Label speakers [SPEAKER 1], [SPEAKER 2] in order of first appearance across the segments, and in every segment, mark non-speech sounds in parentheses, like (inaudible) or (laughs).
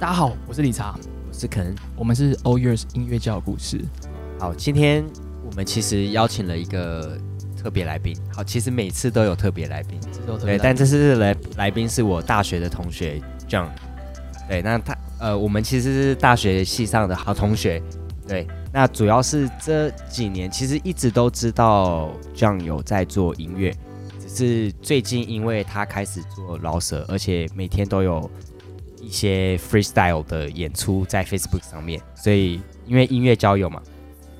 [SPEAKER 1] 大家好，我是理查，
[SPEAKER 2] 我是肯。
[SPEAKER 1] 我们是 All Years 音乐教故事。
[SPEAKER 2] 好，今天我们其实邀请了一个特别来宾。好，其实每次都有特别来宾，
[SPEAKER 1] 这周特别
[SPEAKER 2] 对，
[SPEAKER 1] 来
[SPEAKER 2] 但这次的来来宾是我大学的同学 John。对，那他呃，我们其实是大学系上的好同学。对，那主要是这几年其实一直都知道 John 有在做音乐，只是最近因为他开始做饶舌，而且每天都有一些 freestyle 的演出在 Facebook 上面，所以因为音乐交友嘛，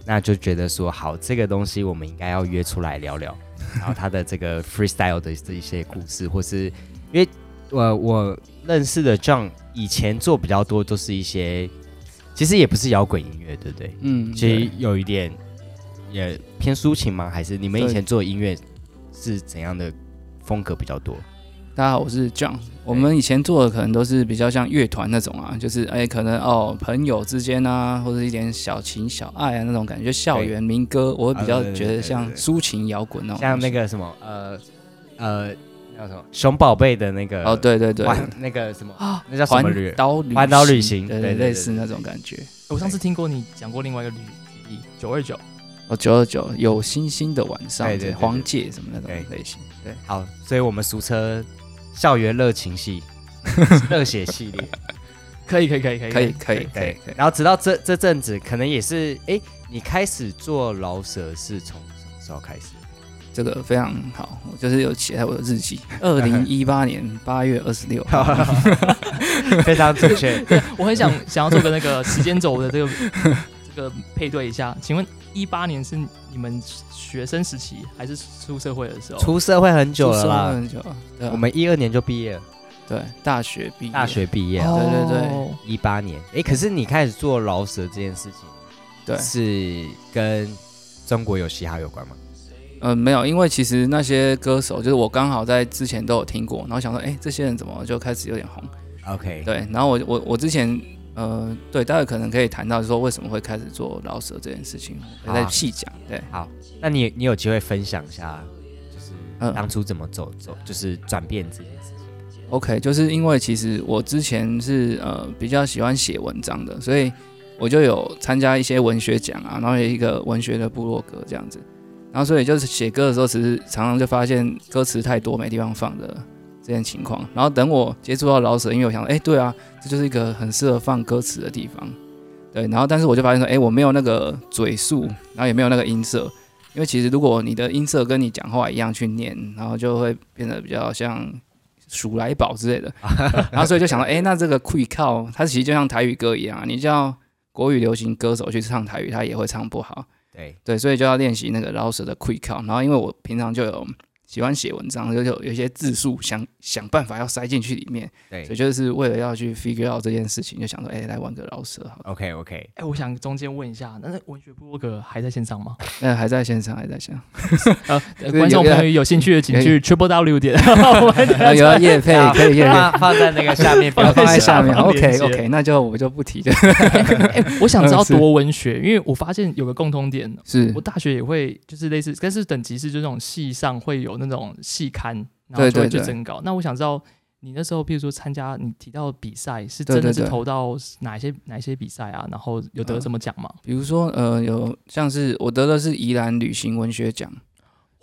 [SPEAKER 2] 那就觉得说好这个东西我们应该要约出来聊聊，然后他的这个 freestyle 的这一些故事，或是因为我我认识的 John 以前做比较多都是一些，其实也不是摇滚音乐，对不对？
[SPEAKER 1] 嗯，
[SPEAKER 2] 其
[SPEAKER 3] 哎
[SPEAKER 1] 对
[SPEAKER 2] 实有一点也偏抒情吗？还是你们以
[SPEAKER 1] 对
[SPEAKER 2] 前做音乐是怎样的风格比较多？
[SPEAKER 1] 大家好，我是
[SPEAKER 2] 哎
[SPEAKER 1] John。我们以前做的可能都是比较像乐团那种啊，就是哎、可能哦朋友之间啊，或者一点小情小爱啊那种感觉，校园民歌，我会比
[SPEAKER 2] 啊
[SPEAKER 1] 较
[SPEAKER 2] 对对
[SPEAKER 1] 觉
[SPEAKER 2] 对
[SPEAKER 1] 得
[SPEAKER 2] 对
[SPEAKER 1] 像
[SPEAKER 2] 对
[SPEAKER 1] 抒情摇滚那种
[SPEAKER 2] 像
[SPEAKER 1] 东西，
[SPEAKER 2] 那个什么呃呃叫什么熊宝贝的那个
[SPEAKER 1] 哦，对对对，
[SPEAKER 2] 环那个什么
[SPEAKER 1] 啊，
[SPEAKER 2] 那叫什么旅
[SPEAKER 1] 环？岛旅
[SPEAKER 2] 环岛旅行
[SPEAKER 1] 对
[SPEAKER 2] 对对对
[SPEAKER 1] 类似那种感觉。
[SPEAKER 3] 我上次听过你讲过另外一个旅举例，九二九，
[SPEAKER 1] 哦，九二九有星星的晚上，
[SPEAKER 2] 对对对对哎
[SPEAKER 1] 黄玠什么那种
[SPEAKER 2] 对
[SPEAKER 1] 类型，对，
[SPEAKER 2] 好，所以我们俗称校园热情
[SPEAKER 1] (laughs)
[SPEAKER 2] 系、热血系列。
[SPEAKER 3] 可以可以可以可以
[SPEAKER 1] 可以可以可以
[SPEAKER 2] 对
[SPEAKER 1] 可以，。
[SPEAKER 2] 然后直到这这阵子，可能也是哎、你开始做老舍是从什么时候开始？
[SPEAKER 1] 这个非常好，我就是有写在我的
[SPEAKER 2] (laughs)
[SPEAKER 1] 日记，二零一八年八月二十六号，
[SPEAKER 2] (laughs) 非常准确。
[SPEAKER 3] 我很
[SPEAKER 1] (laughs)
[SPEAKER 3] 想想要做个那个时间轴的这个这个配对一下，请问一八年是你们学生时期还是出社会的时候？
[SPEAKER 2] (laughs) 出社会很久了
[SPEAKER 1] 出社会
[SPEAKER 2] 啦，
[SPEAKER 1] 很久了，对啊
[SPEAKER 2] 我们一二年就毕业了，
[SPEAKER 1] 对大学毕业，
[SPEAKER 2] 大学毕业了，
[SPEAKER 1] 对对对
[SPEAKER 3] 哦
[SPEAKER 2] 一八年。哎、可是你开始做老舍这件事情，
[SPEAKER 1] 对，
[SPEAKER 2] 是跟中国有嘻哈有关吗？
[SPEAKER 1] 呃，没有，因为其实那些歌手就是我刚好在之前都有听过，然后想说，哎，这些人怎么就开始有点红？
[SPEAKER 2] OK，
[SPEAKER 1] 对，然后我我我之前。呃，对，待会可能可以谈到说为什么会开始做饶舌这件事情，我再
[SPEAKER 2] 好啊
[SPEAKER 1] 细讲。对，
[SPEAKER 2] 那你你有机会分享一下，就是
[SPEAKER 1] 嗯
[SPEAKER 2] 当初怎么走走，就是转变这件事情。
[SPEAKER 1] OK，就是因为其实我之前是呃比较喜欢写文章的，所以我就有参加一些文学奖啊，然后有一个文学的部落格这样子，然后所以就是写歌的时候，其实常常就发现歌词太多没地方放的这件情况。然后等我接触到老舍，因为我想，哎，对啊，这就是一个很适合放歌词的地方，对。然后但是我就发现说，哎，我没有那个嘴速，然后也没有那个音色。因为其实如果你的音色跟你讲话一样去念，然后就会变得比较像鼠来宝之类的， (laughs) 然后所以就想到，哎、那这个 quick call 它其实就像台语歌一样啊，你叫国语流行歌手去唱台语，他也会唱不好，
[SPEAKER 2] 对，
[SPEAKER 1] 对，所以就要练习那个饶舌的 quick call。然后因为我平常就有喜欢写文章，就有有一些字数，想想办法要塞进去里面，
[SPEAKER 2] 对
[SPEAKER 1] 所以就是为了要去 figure out 这件事情，就想说，哎、来玩个饶舌好了，
[SPEAKER 2] OK OK，
[SPEAKER 3] 哎、我想中间问一下，那那文学部落格还在线上吗？
[SPEAKER 1] 那还在线上，还在线
[SPEAKER 2] (laughs)
[SPEAKER 1] 上，
[SPEAKER 3] 呃，
[SPEAKER 1] 啊有
[SPEAKER 3] 观众朋友有兴趣的，请去 triple w 点 (laughs) 我们
[SPEAKER 1] 啊、
[SPEAKER 3] 的
[SPEAKER 1] 有要夜配，可以夜配。
[SPEAKER 2] 放放在那个下面，不
[SPEAKER 1] 然
[SPEAKER 2] 要
[SPEAKER 1] 后
[SPEAKER 2] 放
[SPEAKER 1] 放在
[SPEAKER 2] 在
[SPEAKER 1] 下
[SPEAKER 2] 下
[SPEAKER 1] 面
[SPEAKER 2] 面。
[SPEAKER 1] ，OK OK，那就我就不提了。 (laughs)
[SPEAKER 3] 哎、我想知道
[SPEAKER 1] 嗯 (laughs) 是
[SPEAKER 3] 多文学，因为我发现有个共通点，
[SPEAKER 1] 是
[SPEAKER 3] 我，大学也会就是类似，但是等级是就这种系上会有那种系刊，然
[SPEAKER 1] 对
[SPEAKER 3] 后就会
[SPEAKER 1] 对
[SPEAKER 3] 去
[SPEAKER 1] 对
[SPEAKER 3] 征稿。那我想知道你那时候，譬如说参加你提到比赛，是
[SPEAKER 1] 对
[SPEAKER 3] 真的
[SPEAKER 1] 对
[SPEAKER 3] 是
[SPEAKER 1] 对
[SPEAKER 3] 投到哪一些哪一些比赛啊？然后有得
[SPEAKER 1] 嗯
[SPEAKER 3] 什么奖吗？
[SPEAKER 1] 比如说呃，有像是我得的是宜兰旅行文学奖，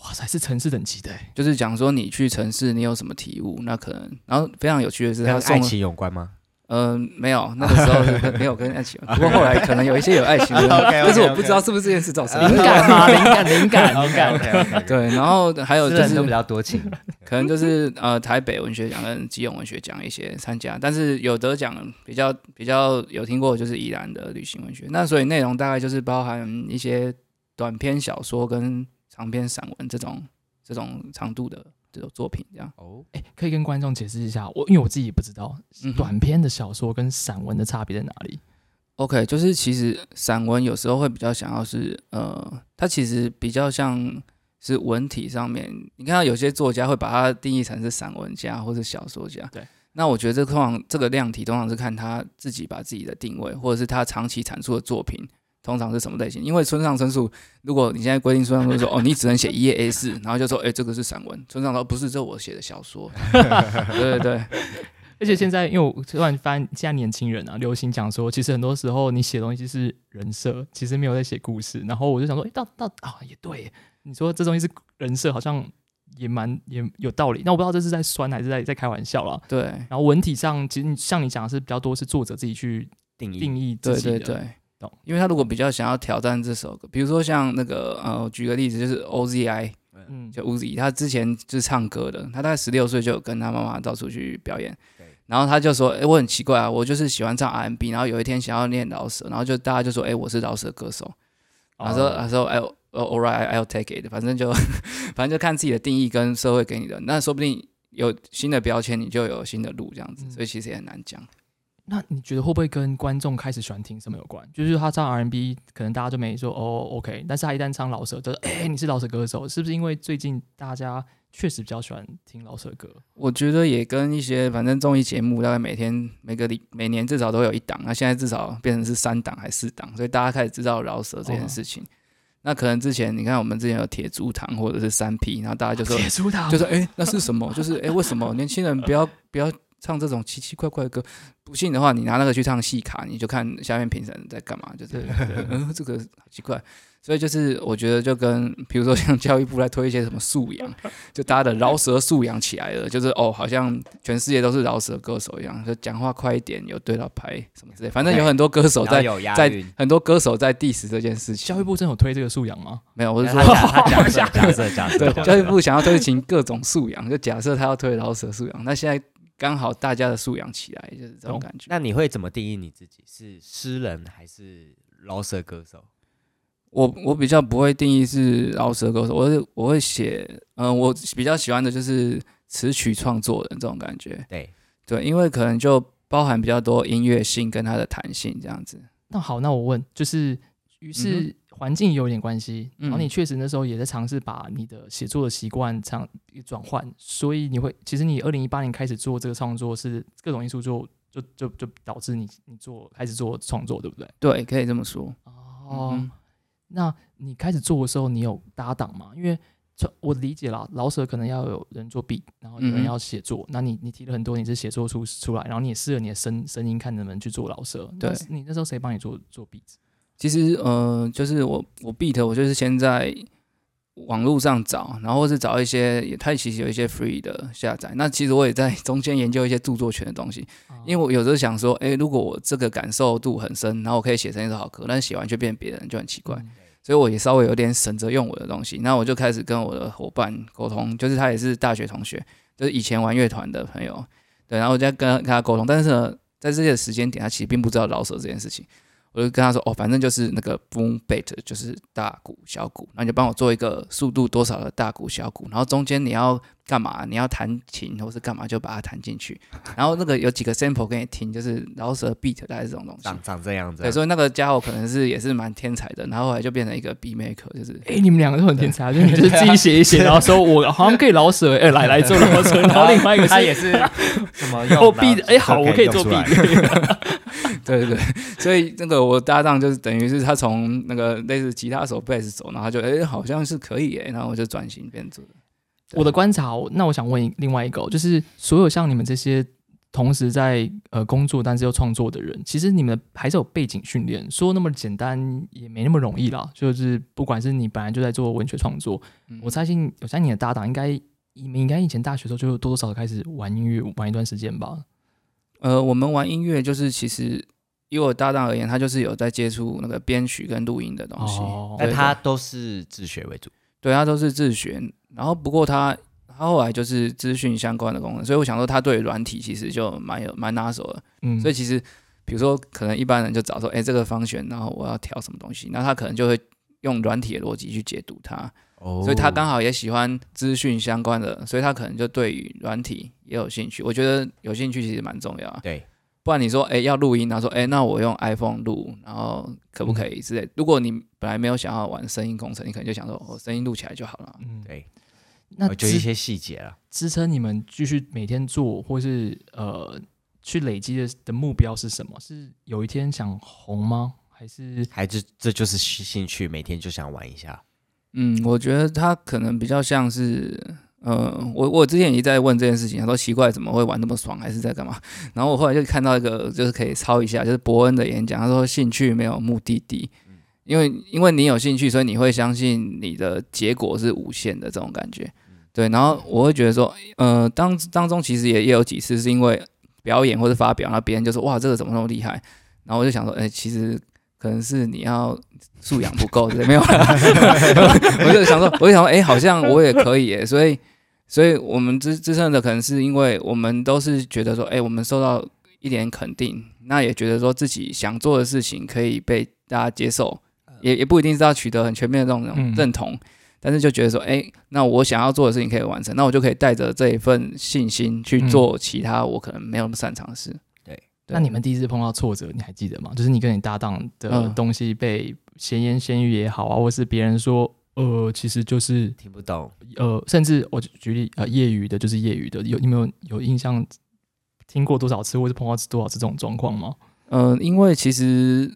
[SPEAKER 3] 哇塞，是城市等级的欸、
[SPEAKER 1] 就是讲说你去城市你有什么体悟，那可能然后非常有趣的是
[SPEAKER 2] 跟
[SPEAKER 1] 他
[SPEAKER 2] 爱
[SPEAKER 1] 送了，
[SPEAKER 2] 情有关吗
[SPEAKER 1] 呃，没有那个时候是
[SPEAKER 2] (laughs)
[SPEAKER 1] 没有跟爱情有，不过后来可能有一些有爱情的
[SPEAKER 2] OK，OK，OK 呃
[SPEAKER 1] 但是我不知道是不是这件事造成的
[SPEAKER 3] 灵感嘛，灵感，灵感。 (laughs)
[SPEAKER 2] ？OK，
[SPEAKER 1] 对，然后还有就
[SPEAKER 2] 人
[SPEAKER 1] 是
[SPEAKER 2] 都比较多情。
[SPEAKER 1] 可能就是呃台北文学奖跟基隆文学奖一些参加，但是有得奖比较比较有听过就是宜兰的旅行文学，那所以内容大概就是包含一些短篇小说跟长篇散文这种这种长度的这种作品这样。
[SPEAKER 2] 哦，
[SPEAKER 3] 哎、可以跟观众解释一下，我因为我自己也不知道
[SPEAKER 1] 嗯哼
[SPEAKER 3] 短篇的小说跟散文的差别在哪里。
[SPEAKER 1] OK，就是其实散文有时候会比较想要是呃，它其实比较像是文体上面，你看到有些作家会把它定义成是散文家或者小说家。
[SPEAKER 3] 对。
[SPEAKER 1] 那我觉得这通常这个量体通常是看他自己把自己的定位，或者是他长期产出的作品通常是什么类型。因为村上春树，如果你现在规定村上春树说哦，你只能写一页 A 四，哦 (laughs) 然后就说哎、这个是散文，村上说不是，这我写的小说。对对对，
[SPEAKER 3] 哎、而且现在，因为我突然发现，现在年轻人啊，流行讲说，其实很多时候你写东西是人设，其实没有在写故事。然后我就想说，哎、到到啊，也对耶，你说这东西是人设，好像也蛮也有道理。那我不知道这是在酸还是在在开玩笑啦。
[SPEAKER 1] 对
[SPEAKER 3] 然后文体上，其实你像你讲的是比较多是作者自己去
[SPEAKER 2] 定义
[SPEAKER 3] 定义自
[SPEAKER 1] 对
[SPEAKER 3] 己的，
[SPEAKER 1] 对对
[SPEAKER 3] 懂。
[SPEAKER 1] 因为他如果比较想要挑战这首歌，比如说像那个呃，我举个例子就是 OZI，
[SPEAKER 3] 嗯，
[SPEAKER 1] 就 Uzi，他之前就是唱歌的，他大概十六岁就有跟他妈妈到处去表演，然后他就说，哎、我很奇怪啊，我就是喜欢唱 R&B，然后有一天想要念饶舌，然后就大家就说，哎、我是饶舌歌手，他说
[SPEAKER 3] 哦
[SPEAKER 1] 他说，哎、a l l right，I'll take it，反正就 (laughs) 反正就看自己的定义跟社会给你的，那说不定有新的标签，你就有新的路这样子，
[SPEAKER 3] 嗯
[SPEAKER 1] 所以其实也很难讲。
[SPEAKER 3] 那你觉得会不会跟观众开始喜欢听什么有关？就是他唱 R&B，可能大家就没说哦 OK，但是他一旦唱老舌，就是哎、你是老舌歌手，是不是因为最近大家确实比较喜欢听老舌歌？
[SPEAKER 1] 我觉得也跟一些反正综艺节目，大概每天每个礼每年至少都有一档，那现在至少变成是三档还是四档，所以大家开始知道饶舌这件事情。那可能之前你看我们之前有铁竹堂或者是三 P，然后大家就说
[SPEAKER 3] 铁出他
[SPEAKER 1] 就说哎、诶那是什么？就是哎、诶为
[SPEAKER 3] (laughs)
[SPEAKER 1] 什么年轻人不要不要唱这种奇奇怪怪的歌？不信的话，你拿那个去唱戏卡，你就看下面评审在干嘛，就是
[SPEAKER 3] 对
[SPEAKER 1] (laughs) 嗯、这个好奇怪。所以就是我觉得就跟比如说像教育部来推一些什么素养，
[SPEAKER 3] (laughs)
[SPEAKER 1] 就大家的饶舌素养起来了，就是哦，好像全世界都是饶舌歌手一样，就讲话快一点，有对到拍什么之类，反正有很多歌手
[SPEAKER 2] 然后
[SPEAKER 1] 在
[SPEAKER 2] 有押
[SPEAKER 1] 在
[SPEAKER 2] 韵。
[SPEAKER 1] 很多歌手在 diss 这件事情
[SPEAKER 3] 教育。部真的有推这个素养吗？
[SPEAKER 1] 没有，我是说
[SPEAKER 2] 他
[SPEAKER 1] (laughs)
[SPEAKER 2] 假他假设假设假设，
[SPEAKER 1] 对，
[SPEAKER 2] 假设
[SPEAKER 1] 教育部想要推行各种素养，就假设他要推老舍素养，那现在刚好大家的素养起来，就是这种
[SPEAKER 3] 懂
[SPEAKER 1] 感觉。
[SPEAKER 2] 那你会怎么定义你自己？是诗人还是饶舌歌手？
[SPEAKER 1] 我我比较不会定义是饶舌歌手，我是我会写，嗯、我比较喜欢的就是词曲创作人这种感觉，
[SPEAKER 2] 对，
[SPEAKER 1] 对，因为可能就包含比较多音乐性跟它的弹性这样子。
[SPEAKER 3] 那好，那我问，就是于
[SPEAKER 1] 嗯
[SPEAKER 3] 是环境也有点关系，
[SPEAKER 1] 嗯
[SPEAKER 3] 然后你确实那时候也在尝试把你的写作的习惯尝转换，所以你会其实你二零一八年开始做这个创作是各种因素就就就就导致你你做开始做创作，对不对？
[SPEAKER 1] 对，可以这么说。
[SPEAKER 3] 哦，
[SPEAKER 1] 嗯哼
[SPEAKER 3] 那你开始做的时候，你有搭档吗？因为从我理解啦，老舍可能要有人作弊，然后有
[SPEAKER 1] 嗯
[SPEAKER 3] 人
[SPEAKER 1] 哼
[SPEAKER 3] 要写作。那你你提了很多，你是写作出出来，然后你也试了你的声声音，看能不能去做老舍。
[SPEAKER 1] 对
[SPEAKER 3] 那是你那时候谁帮你做做壁纸？
[SPEAKER 1] 其实呃，就是我我 beat 我就是先在网络上找，然后或是找一些，它其实有一些 free 的下载。那其实我也在 (laughs) 中间研究一些著作权的东西，因
[SPEAKER 3] 为
[SPEAKER 1] 为我有时候想说，诶，如果我这个感受度很深，然后我可以写成一首好歌，但是写完却变别人，就很奇怪。
[SPEAKER 3] 嗯
[SPEAKER 1] 所以我也稍微有点省着用我的东西。那我就开始跟我的伙伴沟通，就是他也是大学同学，就是以前玩乐团的朋友，对，然后我就跟跟他沟通，但是呢，在这些时间点，他其实并不知道老舍这件事情。我就跟他说，哦，反正就是那个 boom beat，就是大鼓小鼓，那你就帮我做一个速度多少的大鼓小鼓，然后中间你要干嘛？你要弹琴或是干嘛，就把它弹进去。然后那个有几个 sample 给你听，就是老舍 beat 大概是这种东西。
[SPEAKER 2] 长长这样子啊
[SPEAKER 1] 对，。所以那个家伙可能是也是蛮天才的，然后后来就变成一个 B maker，就是
[SPEAKER 3] 哎、你们两个都很天才，就是你就是自己写一写，然后说我好像可以老舍，哎、来来做老
[SPEAKER 2] (laughs)
[SPEAKER 3] 舍，然后另外一个
[SPEAKER 2] 他
[SPEAKER 3] 是
[SPEAKER 2] 也
[SPEAKER 1] (laughs)
[SPEAKER 2] 是什么用
[SPEAKER 3] 我壁纸，哎、好，
[SPEAKER 2] 都
[SPEAKER 3] 我可以做
[SPEAKER 2] 用
[SPEAKER 3] 壁
[SPEAKER 2] 出来
[SPEAKER 3] 纸。
[SPEAKER 1] (laughs) 对对对， (laughs) 所以那个我搭档就是等于是他从那个类似吉他手、贝斯手，然后他就哎、好像是可以哎、然后我就转型变做啊
[SPEAKER 3] 我的观察哦，那我想问另外一个哦，就是所有像你们这些同时在呃工作但是又创作的人，其实你们还是有背景训练，说那么简单也没那么容易啦。就是不管是你本来就在做文学创作，
[SPEAKER 1] 嗯
[SPEAKER 3] 我相信我相信你的搭档应该你们应该以前大学的时候就多多少少开始玩音乐玩一段时间吧。
[SPEAKER 1] 呃，我们玩音乐就是其实以我搭档而言，他就是有在接触那个编曲跟录音的东西，
[SPEAKER 3] 哦
[SPEAKER 2] 但
[SPEAKER 1] 对
[SPEAKER 2] 他都是自学为主。
[SPEAKER 1] 对他都是自学，然后不过他他后来就是资讯相关的功能，所以我想说他对软体其实就蛮有蛮拿手的。
[SPEAKER 3] 嗯，
[SPEAKER 1] 所以其实，比如说，可能一般人就找说，哎、这个方选，然后我要调什么东西，那他可能就会用软体的逻辑去解读它，
[SPEAKER 2] 哦
[SPEAKER 1] 所以他刚好也喜欢资讯相关的，所以他可能就对于软体也有兴趣。我觉得有兴趣其实蛮重要啊，
[SPEAKER 2] 对
[SPEAKER 1] 不然你说，哎、要录音，然后说，哎、那我用 iPhone 录，然后可不可以之类。如果你本来没有想要玩声音工程，你可能就想说，哦，声音录起来就好了。
[SPEAKER 3] 嗯，
[SPEAKER 2] 对，
[SPEAKER 3] 那
[SPEAKER 2] 就一
[SPEAKER 3] 之
[SPEAKER 2] 些细节啊了。
[SPEAKER 3] 支撑你们继续每天做，或是呃去累积的的目标是什么？是有一天想红吗？还是
[SPEAKER 2] 还是这就是兴趣，每天就想玩一下。
[SPEAKER 1] 嗯，我觉得他可能比较像是，嗯、呃，我我之前也在问这件事情，他说奇怪怎么会玩那么爽，还是在干嘛？然后我后来就看到一个就是可以抄一下，就是伯恩的演讲，他说兴趣没有目的地，因为因为你有兴趣，所以你会相信你的结果是无限的这种感觉。对，然后我会觉得说，呃，当当中其实也也有几次是因为表演或者发表，然后别人就说哇这个怎么那么厉害，然后我就想说，哎、其实可能是你要素养不够，对，没有啦， (laughs) 我就想说，我就想说，哎、好像我也可以耶，所以，所以我们支支撑的可能是因为我们都是觉得说，哎、我们受到一点肯定，那也觉得说自己想做的事情可以被大家接受，也也不一定是要取得很全面的这种
[SPEAKER 3] 嗯
[SPEAKER 1] 认同。但是就觉得说，哎、那我想要做的事情可以完成，那我就可以带着这一份信心去
[SPEAKER 3] 嗯
[SPEAKER 1] 做其他我可能没有那么擅长的事。
[SPEAKER 3] 那你们第一次碰到挫折，你还记得吗？就是你跟你搭档的
[SPEAKER 1] 嗯
[SPEAKER 3] 东西被闲言闲语也好啊，或是别人说，呃，其实就是
[SPEAKER 2] 听不懂，
[SPEAKER 3] 呃，甚至我举举例，呃，业余的就是业余的，有你们有有印象听过多少次，或是碰到多少次这种状况
[SPEAKER 2] (laughs)
[SPEAKER 3] 吗？
[SPEAKER 1] 嗯，因为其实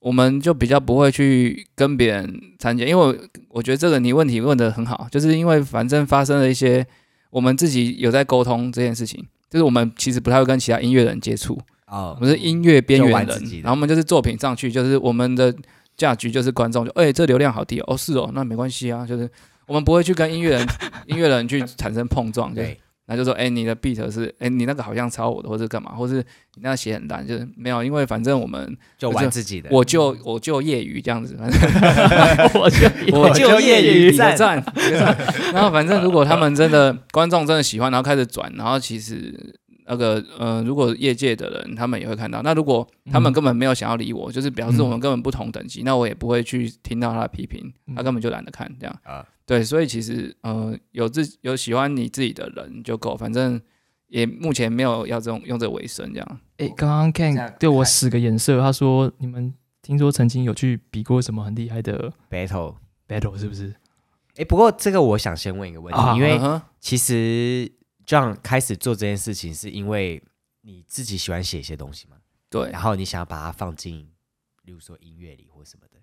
[SPEAKER 1] 我们就比较不会去跟别人参加，因为我我觉得这个你问题问的很好，就是因为反正发生了一些我们自己有在沟通这件事情，就是我们其实不太会跟其他音乐人接触，
[SPEAKER 2] 哦
[SPEAKER 1] 我，们是音乐边
[SPEAKER 2] 就
[SPEAKER 1] 缘
[SPEAKER 2] 玩自
[SPEAKER 1] 人
[SPEAKER 2] 己，的
[SPEAKER 1] 然后我们就是作品上去，就是我们的价值就是观众就，哎、这流量好低哦，哦是哦，那没关系啊，就是我们不会去跟音乐
[SPEAKER 2] (laughs)
[SPEAKER 1] 人音乐人去产生碰撞，就是
[SPEAKER 2] 对，
[SPEAKER 1] 那就说，哎、你的 beat 是，哎、你那个好像抄我的，或者干嘛，或是你那写很烂，就是没有，因为反正我们
[SPEAKER 2] 就玩自己的。
[SPEAKER 1] 我就我就业余这样子，反正
[SPEAKER 3] 我就
[SPEAKER 1] 我
[SPEAKER 2] 就业余
[SPEAKER 1] 比个 (laughs) 赞，比个赞。然后反正如果他们真的观众真的喜欢，然后开始转，然后其实那个呃，如果业界的人他们也会看到。那如果他们根本没有想要理我，就是表示我们根本不同等级，那我也不会去听到他的批评，他根本就懒得看这样。嗯
[SPEAKER 2] 啊，
[SPEAKER 1] 对，所以其实呃，有自有喜欢你自己的人就够，反正也目前没有要这种用这为生这样。
[SPEAKER 3] 哎，刚刚
[SPEAKER 2] 这样
[SPEAKER 3] Ken 对我使个眼色，他说你们听说曾经有去比过什么很厉害的
[SPEAKER 2] battle。
[SPEAKER 3] battle，是不是？
[SPEAKER 2] 哎，不过这个我想先问一个问
[SPEAKER 3] 啊
[SPEAKER 2] 题，因为
[SPEAKER 1] 嗯哼
[SPEAKER 2] 其实这样开始做这件事情，是因为你自己喜欢写一些东西嘛，
[SPEAKER 1] 对
[SPEAKER 2] 然后你想要把它放进，比如说音乐里或什么的，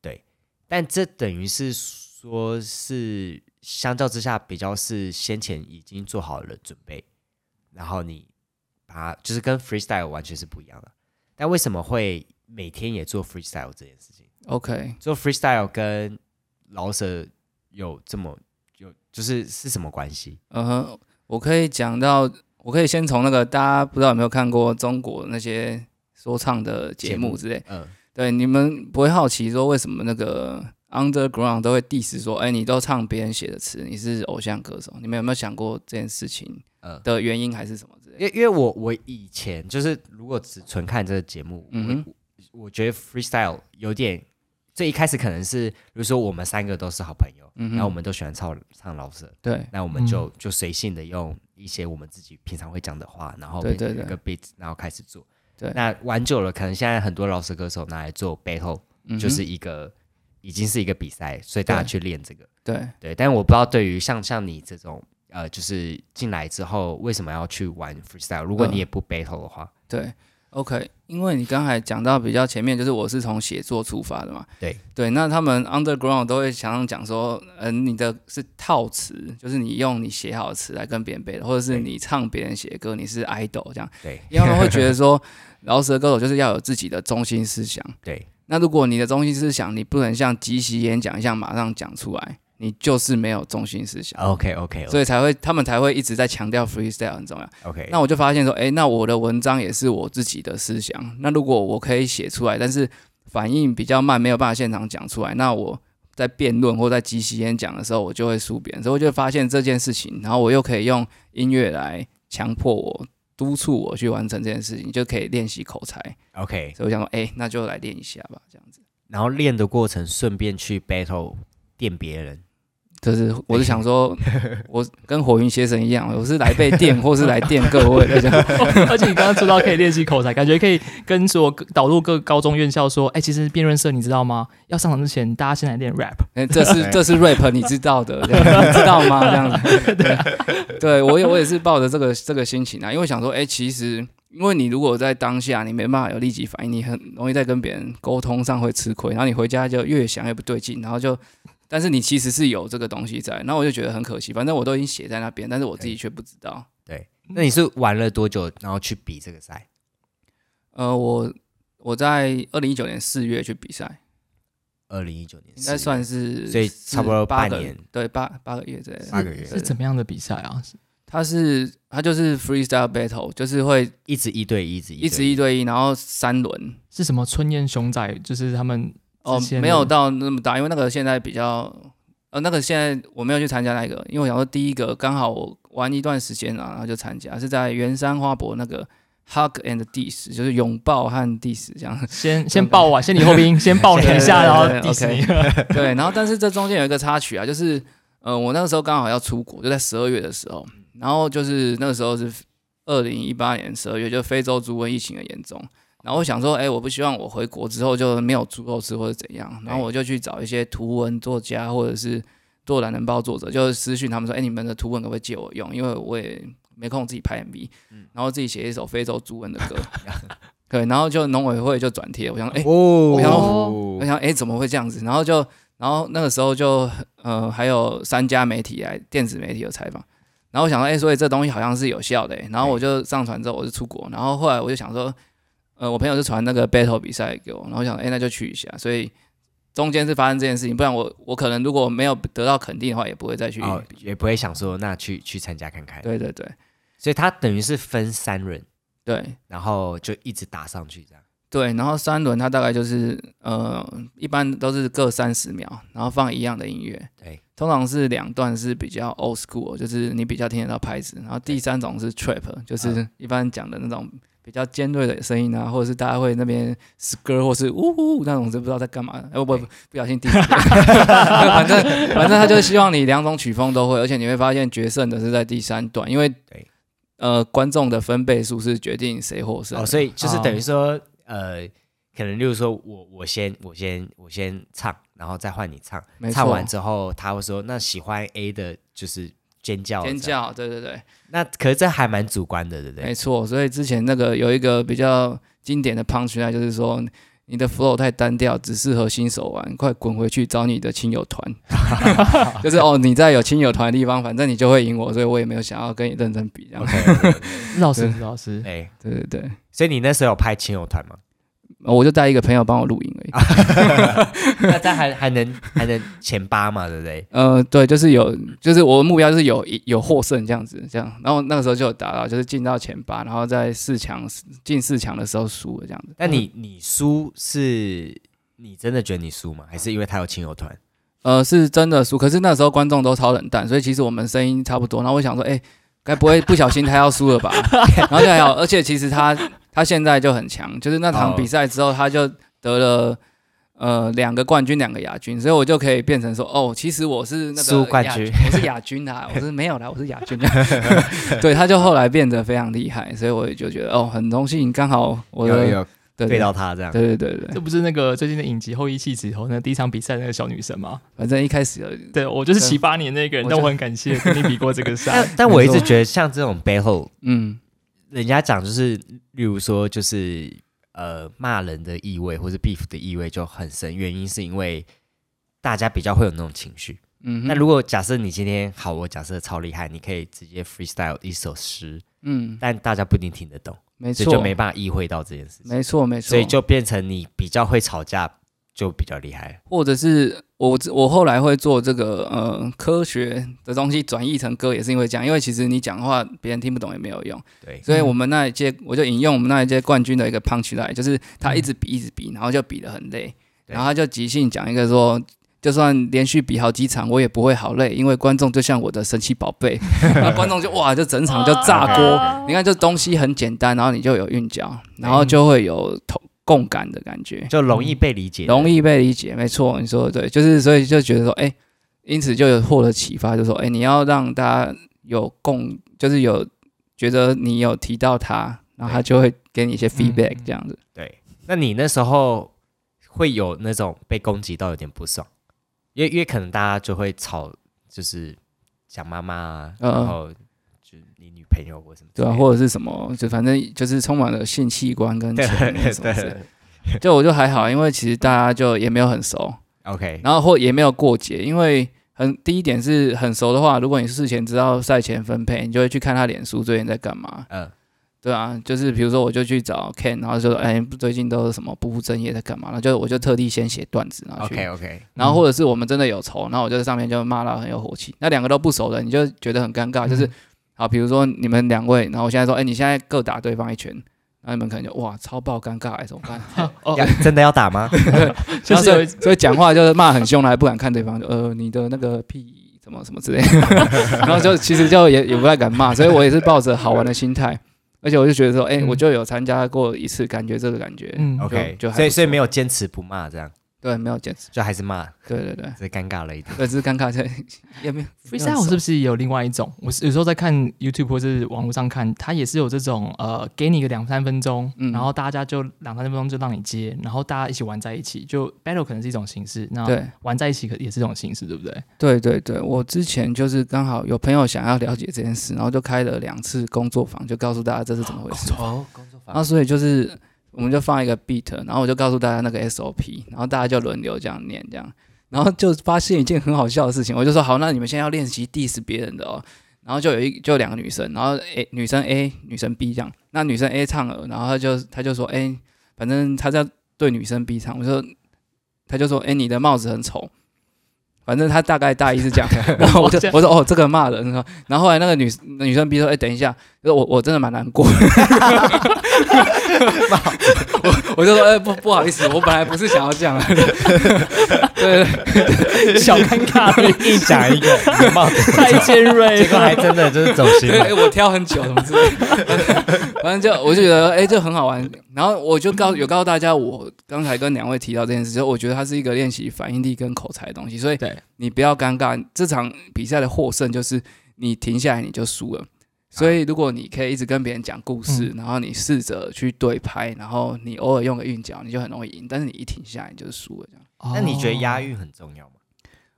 [SPEAKER 1] 对，
[SPEAKER 2] 但这等于是说是相较之下比较是先前已经做好了准备，然后你把它就是跟 freestyle 完全是不一样的。但为什么会每天也做 freestyle 这件事情？
[SPEAKER 1] OK，
[SPEAKER 2] 做 freestyle 跟老舍有这么有就是是什么关系？
[SPEAKER 1] 嗯哼，我可以讲到，我可以先从那个大家不知道有没有看过中国那些说唱的节
[SPEAKER 2] 节
[SPEAKER 1] 目
[SPEAKER 2] 目
[SPEAKER 1] 之类，
[SPEAKER 2] 嗯，
[SPEAKER 1] 对，你们不会好奇说为什么那个 underground 都会 diss 说，哎、你都唱别人写的词，你是偶像歌手，你们有没有想过这件事情
[SPEAKER 2] 嗯
[SPEAKER 1] 的原因还是什么之类的？
[SPEAKER 2] 因为因为我我以前就是如果只纯看这个节目，
[SPEAKER 1] 嗯
[SPEAKER 2] 我我觉得 freestyle 有点最一开始可能是，比如说我们三个都是好朋友，
[SPEAKER 1] 嗯哼嗯
[SPEAKER 2] 然后我们都喜欢唱唱老舍，
[SPEAKER 1] 对
[SPEAKER 2] 那我们就、就随性的用一些我们自己平常会讲的话，然后
[SPEAKER 1] 对
[SPEAKER 2] 变成
[SPEAKER 1] 对
[SPEAKER 2] 一个 beat，然后开始做。
[SPEAKER 1] 对
[SPEAKER 2] 那玩久了，可能现在很多老舍歌手拿来做 battle，、
[SPEAKER 1] 嗯哼
[SPEAKER 2] 就是一个已经是一个比赛，所以大家
[SPEAKER 1] 对
[SPEAKER 2] 去练这个。
[SPEAKER 1] 对，
[SPEAKER 2] 对，但我不知道对于像像你这种呃，就是进来之后为什么要去玩 freestyle？如果
[SPEAKER 1] 嗯
[SPEAKER 2] 你也不 battle 的话，
[SPEAKER 1] 对，OK，因为你刚才讲到比较前面，就是我是从写作出发的嘛。
[SPEAKER 2] 对
[SPEAKER 1] 对，那他们 underground 都会常常讲说，嗯、你的是套词，就是你用你写好的词来跟别人背的，或者是
[SPEAKER 2] 对
[SPEAKER 1] 你唱别人写的歌，你是 idol 这样，
[SPEAKER 2] 对
[SPEAKER 1] 因为他们会觉
[SPEAKER 2] (laughs)
[SPEAKER 1] 得说，饶舌歌手就是要有自己的中心思想。
[SPEAKER 2] 对
[SPEAKER 1] 那如果你的中心思想你不能像即席演讲一样马上讲出来，你就是没有中心思想。
[SPEAKER 2] ，OK OK
[SPEAKER 1] 所以才会，他们才会一直在强调 freestyle 很重要。
[SPEAKER 2] OK，
[SPEAKER 1] 那我就发现说，诶，那我的文章也是我自己的思想。那如果我可以写出来，但是反应比较慢，没有办法现场讲出来，那我在辩论或在即席演讲的时候，我就会输别人。所以我就发现这件事情，然后我又可以用音乐来强迫我、督促我去完成这件事情，就可以练习口才。
[SPEAKER 2] OK，
[SPEAKER 1] 所以我想说，诶，那就来练一下吧，这样子。
[SPEAKER 2] 然后练的过程顺便去 battle 电别人。
[SPEAKER 1] 就是我是想说，我跟火云邪神一样，我是来被电，或是来电各位的这样。
[SPEAKER 3] (laughs) 而且你刚刚说到可以练习口才，感觉可以跟所有各导入各高中院校说，哎，其实辩论社你知道吗？要上场之前，大家先来练 rap。
[SPEAKER 1] 哎，这是这是 rap，你知道的，这样你知道吗？这样
[SPEAKER 2] (laughs)
[SPEAKER 1] 子，对，对我也我也是抱着这个这个心情啊，因为想说，哎，其实因为你如果在当下你没办法有立即反应，你很容易在跟别人沟通上会吃亏，然后你回家就越想越不对劲，然后就但是你其实是有这个东西在，那我就觉得很可惜。反正我都已经写在那边，但是我自己却不知道。
[SPEAKER 2] 对，那你是玩了多久，然后去比这个赛？
[SPEAKER 1] 呃，我我在二零一九年四月去比赛，
[SPEAKER 2] 二零一九年
[SPEAKER 1] 应
[SPEAKER 2] 4
[SPEAKER 1] 该
[SPEAKER 2] 月
[SPEAKER 1] 算是
[SPEAKER 2] 所以差不多
[SPEAKER 1] 四八
[SPEAKER 2] 半
[SPEAKER 1] 个
[SPEAKER 2] 年，
[SPEAKER 1] 对八八个月之类的。
[SPEAKER 2] 八个月
[SPEAKER 1] 对
[SPEAKER 3] 是怎么样的比赛啊？是
[SPEAKER 1] 它是它就是 freestyle battle，就是会
[SPEAKER 2] 一直一对一，一直一
[SPEAKER 1] 一直一对一，然后三轮。
[SPEAKER 3] 是什么春燕熊仔？就是他们
[SPEAKER 1] 哦
[SPEAKER 3] 之前，
[SPEAKER 1] 没有到那么大，因为那个现在比较，呃，那个现在我没有去参加那个，因为我想说第一个刚好我玩一段时间啊，然后就参加，是在圆山花博那个 Hug and Diss，就是拥抱和 Diss 这样。
[SPEAKER 3] 先先
[SPEAKER 1] 啊
[SPEAKER 3] 抱我，先礼后
[SPEAKER 1] (laughs)
[SPEAKER 3] 兵，先抱你一下，然后
[SPEAKER 1] 对对对
[SPEAKER 3] 迪士尼。
[SPEAKER 1] 对，然后但是这中间有一个插曲啊，就是呃，我那个时候刚好要出国，就在十二月的时候，然后就是那个时候是二零一八年十二月，就非洲猪瘟疫情很严重。然后我想说，哎、我不希望我回国之后就没有猪肉吃或者怎样，然后我就去找一些图文作家或者是做懒人包作者，就是私讯他们说，哎、你们的图文可不可以借我用？因为我也没空自己拍 MV，、然后自己写一首非洲猪瘟的歌，对，然后就农委会就转贴，我想，哎、
[SPEAKER 2] 哦，
[SPEAKER 1] 然
[SPEAKER 3] 后
[SPEAKER 1] 我想，哎、怎么会这样子？然后就，然后那个时候就，呃，还有三家媒体来电子媒体有采访，然后我想说，哎、所以这东西好像是有效的、诶然后我就上传之后，我就出国，然后后来我就想说，呃，我朋友就传那个 battle 比赛给我，然后我想，哎、那就去一下。所以中间是发生这件事情，不然我我可能如果没有得到肯定的话，也不会再去。
[SPEAKER 2] 哦，也不会想说那去去参加看看。
[SPEAKER 1] 对对对
[SPEAKER 2] 所以他等于是分三轮，
[SPEAKER 1] 对
[SPEAKER 2] 然后就一直打上去这样。
[SPEAKER 1] 对，然后三轮它大概就是，呃，一般都是各三十秒，然后放一样的音乐。
[SPEAKER 2] 对，
[SPEAKER 1] 通常是两段是比较 old school，就是你比较听得到拍子，然后第三种是 trap，就是
[SPEAKER 2] 啊
[SPEAKER 1] 一般讲的那种比较尖锐的声音
[SPEAKER 2] 嗯
[SPEAKER 1] 啊，或者是大家会那边 skr 或是呜呼那种，就不知道在干嘛。哎、我不不不小心 diss 别人 (laughs) 反正反正他就是希望你两种曲风都会，而且你会发现决胜的是在第三段，因为
[SPEAKER 2] 对
[SPEAKER 1] 呃观众的分贝数是决定谁获胜的。
[SPEAKER 2] 哦，所以就是等于说，呃，可能例如说我我先我先我先唱，然后再换你唱，
[SPEAKER 1] 没
[SPEAKER 2] 唱
[SPEAKER 1] 错
[SPEAKER 2] 完之后他会说，那喜欢 A 的就是尖叫
[SPEAKER 1] 尖
[SPEAKER 2] 这样。
[SPEAKER 1] 叫，对对对。
[SPEAKER 2] 那可是这还蛮主观的，对不对 (laughs)
[SPEAKER 1] 没？错，所以之前那个有一个比较经典的 punchline，就是说你的 flow 太单调，只适合新手玩，快滚回去找你的亲友团。 (laughs) 就是哦，你在有亲友团的地方，反正你就会赢我，所以我也没有想要跟你认真比这
[SPEAKER 2] 哦
[SPEAKER 1] 样。
[SPEAKER 3] 老师，老师，
[SPEAKER 2] 对，
[SPEAKER 1] 对对对，哦
[SPEAKER 2] 所以你那时候有拍亲友团
[SPEAKER 1] (laughs)
[SPEAKER 2] 吗？
[SPEAKER 1] 我就带一个朋友帮我录影而已。
[SPEAKER 2] 那他还还能还能前八嘛，对不对？
[SPEAKER 1] 呃，对，就是有，就是我的目标就是有有获胜这样子，这样。然后那个时候就有达到，就是进到前八，然后在四强进四强的时候输了这样子。
[SPEAKER 2] 那你你输是你真的觉得你输吗？还是因为他有亲友团？
[SPEAKER 1] 呃，是真的输，可是那时候观众都超冷淡，所以其实我们声音差不多。然后我想说，哎、该不会不小心他要输了吧？ (laughs) 然后就还好，而且其实他他现在就很强，就是那场比赛之后他就得了。呃，两个冠军，两个亚军，所以我就可以变成说，哦，其实我是那
[SPEAKER 2] 输
[SPEAKER 1] 个
[SPEAKER 2] 冠
[SPEAKER 1] 亚
[SPEAKER 2] 军
[SPEAKER 1] 我是亚军啊，我是没有啦，我是亚军、啊对，他就后来变得非常厉害，所以我也就觉得，哦，很荣幸，刚好我的对
[SPEAKER 2] 对到他这样。
[SPEAKER 1] 对对对对
[SPEAKER 3] 这
[SPEAKER 1] 对，
[SPEAKER 3] 不是那个最近的影集《后羿弃子》后哦那第一场比赛那个小女生吗？
[SPEAKER 1] 反正一开始有
[SPEAKER 3] 对我就是
[SPEAKER 1] 嗯对
[SPEAKER 3] 七八年那个人，
[SPEAKER 1] 我
[SPEAKER 3] 但
[SPEAKER 1] 就
[SPEAKER 3] 我很感谢跟你比过这个赛
[SPEAKER 2] 但。
[SPEAKER 1] (laughs)
[SPEAKER 2] 但我一直
[SPEAKER 1] 没错
[SPEAKER 2] 觉得像这种背后，
[SPEAKER 1] 嗯，
[SPEAKER 2] 人家讲就是，例如说就是呃骂人的意味或是 beef 的意味就很深，原因是因为大家比较会有那种情绪。
[SPEAKER 1] 嗯哼，
[SPEAKER 2] 那如果假设你今天好，我假设超厉害，你可以直接 freestyle 一首诗，
[SPEAKER 1] 嗯，
[SPEAKER 2] 但大家不一定听得懂，
[SPEAKER 1] 没
[SPEAKER 2] 所
[SPEAKER 1] 错，
[SPEAKER 2] 以就没办法意会到这件事情。
[SPEAKER 1] 没错，没错。
[SPEAKER 2] 所以就变成你比较会吵架，就比较厉害。
[SPEAKER 1] 或者是我我后来会做这个呃科学的东西转译成歌，也是因为这样，因为其实你讲话别人听不懂也没有用。
[SPEAKER 2] 对，
[SPEAKER 1] 所以我们那一届我就引用我们那一届冠军的一个 punch line，就是他一直比一直比，然后就比得很累，
[SPEAKER 2] 嗯对
[SPEAKER 1] 然后他就即兴讲一个说。就算连续比好几场，我也不会好累，因为观众就像我的神奇宝
[SPEAKER 2] (laughs)
[SPEAKER 1] 贝，然后观众就哇，就整场就
[SPEAKER 2] 哦
[SPEAKER 1] 炸锅。你看，这东西很简单，然后你就有韵脚，然后就会有同共感的感觉。
[SPEAKER 2] 就容易被理解，
[SPEAKER 1] 容
[SPEAKER 2] 易
[SPEAKER 1] 易被理解，没错，你说的对，就是所以就觉得说，哎、因此就有获得启发，就说，哎、你要让大家有共，就是有觉得你有提到他，然后他就会给你一些 feedback
[SPEAKER 3] 嗯
[SPEAKER 1] 这样子。
[SPEAKER 2] 对。那你那时候会有那种被攻击到有点不爽，因为因为可能大家就会吵，就是讲妈妈啊，
[SPEAKER 1] 嗯
[SPEAKER 2] 然后就是你女朋友或什么之
[SPEAKER 1] 对
[SPEAKER 2] 类
[SPEAKER 1] 啊，
[SPEAKER 2] 的，
[SPEAKER 1] 或者是什么，就反正就是充满了性器官跟前面什么
[SPEAKER 2] 对
[SPEAKER 1] 之类的
[SPEAKER 2] 对
[SPEAKER 1] 就我就还好，因为其实大家就也没有很熟，
[SPEAKER 2] OK，
[SPEAKER 1] 然后或也没有过节，因为很第一点是很熟的话，如果你事前知道赛前分配，你就会去看他脸书最近在干嘛，
[SPEAKER 2] 嗯，
[SPEAKER 1] 对啊，就是比如说我就去找 Ken，然后就说哎最近都是什么不务正业在干嘛，然后就我就特地先写段子，然后去
[SPEAKER 2] OK OK，
[SPEAKER 1] 然后或者是我们真的有仇，然后我就在上面就骂到很有火气。那两个都不熟的，你就觉得很尴尬，就是
[SPEAKER 3] 嗯
[SPEAKER 1] 好，比如说你们两位，然后我现在说，哎，你现在各打对方一拳，然后你们可能就哇超爆尴尬，哎，怎么办？
[SPEAKER 3] 哦，
[SPEAKER 2] 要真的要打
[SPEAKER 1] (laughs)
[SPEAKER 2] 吗？
[SPEAKER 3] 就
[SPEAKER 1] 然后
[SPEAKER 3] 是
[SPEAKER 1] 所
[SPEAKER 3] 有
[SPEAKER 1] 以
[SPEAKER 3] 一
[SPEAKER 1] 所以讲话就是骂很凶的，还不敢看对方，就呃你的那个屁什么什么之类的，然后就其实就也也不太敢骂，所以我也是抱着好玩的心态，而且我就觉得说，哎，
[SPEAKER 3] 嗯
[SPEAKER 1] 我就有参加过一次，感觉这个感觉，
[SPEAKER 3] 嗯
[SPEAKER 2] OK，
[SPEAKER 1] 就还不
[SPEAKER 2] 所以所以
[SPEAKER 1] 错
[SPEAKER 2] 没有坚持不骂，这样
[SPEAKER 1] 对，没有坚持，
[SPEAKER 2] 就还是骂，
[SPEAKER 1] 对对对，
[SPEAKER 2] 这尴尬了一
[SPEAKER 1] (laughs)
[SPEAKER 2] 点。
[SPEAKER 1] 对，只是尴尬，这也没有。
[SPEAKER 3] freestyle 是不是也有另外一种？我是有时候在看 YouTube 或是网络上看，它也是有这种呃，给你个两三分钟，
[SPEAKER 1] 嗯
[SPEAKER 3] 然后大家就两三分钟就让你接，然后大家一起玩在一起，就 battle 可能是一种形式，那
[SPEAKER 1] 对，
[SPEAKER 3] 玩在一起可也是一种形式，对不对？
[SPEAKER 1] 对对对，我之前就是刚好有朋友想要了解这件事，然后就开了两次工作坊，就告诉大家这是怎么回事。
[SPEAKER 2] 哦，工作
[SPEAKER 1] 然后所以就是我们就放一个 beat，然后我就告诉大家那个 SOP，然后大家就轮流这样念这样，然后就发现一件很好笑的事情，我就说好，那你们现在要练习 diss 别人的哦。然后就有一就有两个女生，然后 A 女生 A 女生 B 这样，那女生 A 唱了，然后她就她就说，哎，反正她在对女生 B 唱，我说，她就说，哎，你的帽子很丑，反正她大概大意是这 (laughs) 样，然后我就我说哦，这个骂人啊，然后后来那个女女生 B 说，哎，等一下，我我真的蛮难过，我就说，哎、不不好意思，我本来不是想要这样的。 (laughs) 对，
[SPEAKER 3] 小尴尬而已，
[SPEAKER 2] 硬讲一个礼貌的，
[SPEAKER 3] 太尖锐
[SPEAKER 2] (laughs) 结果还
[SPEAKER 3] 了。
[SPEAKER 2] 真的就是走心
[SPEAKER 1] (laughs) 哎、
[SPEAKER 2] 了。
[SPEAKER 1] 我挑很久，什么之类的。 (laughs) 反正就我就觉得，哎、这很好玩。然后我就告有告诉大家，我刚才跟两位提到这件事，就是我觉得它是一个练习反应力跟口才的东西，所以
[SPEAKER 3] 对
[SPEAKER 1] 你不要尴尬。这场比赛的获胜就是你停下来你就输了。所以，如果你可以一直跟别人讲故事，然后你试着去对拍，然后你偶尔用个韵脚，你就很容易赢。但是你一停下来，你就是输了。这样。
[SPEAKER 3] 哦
[SPEAKER 2] 那你觉得押韵很重要吗？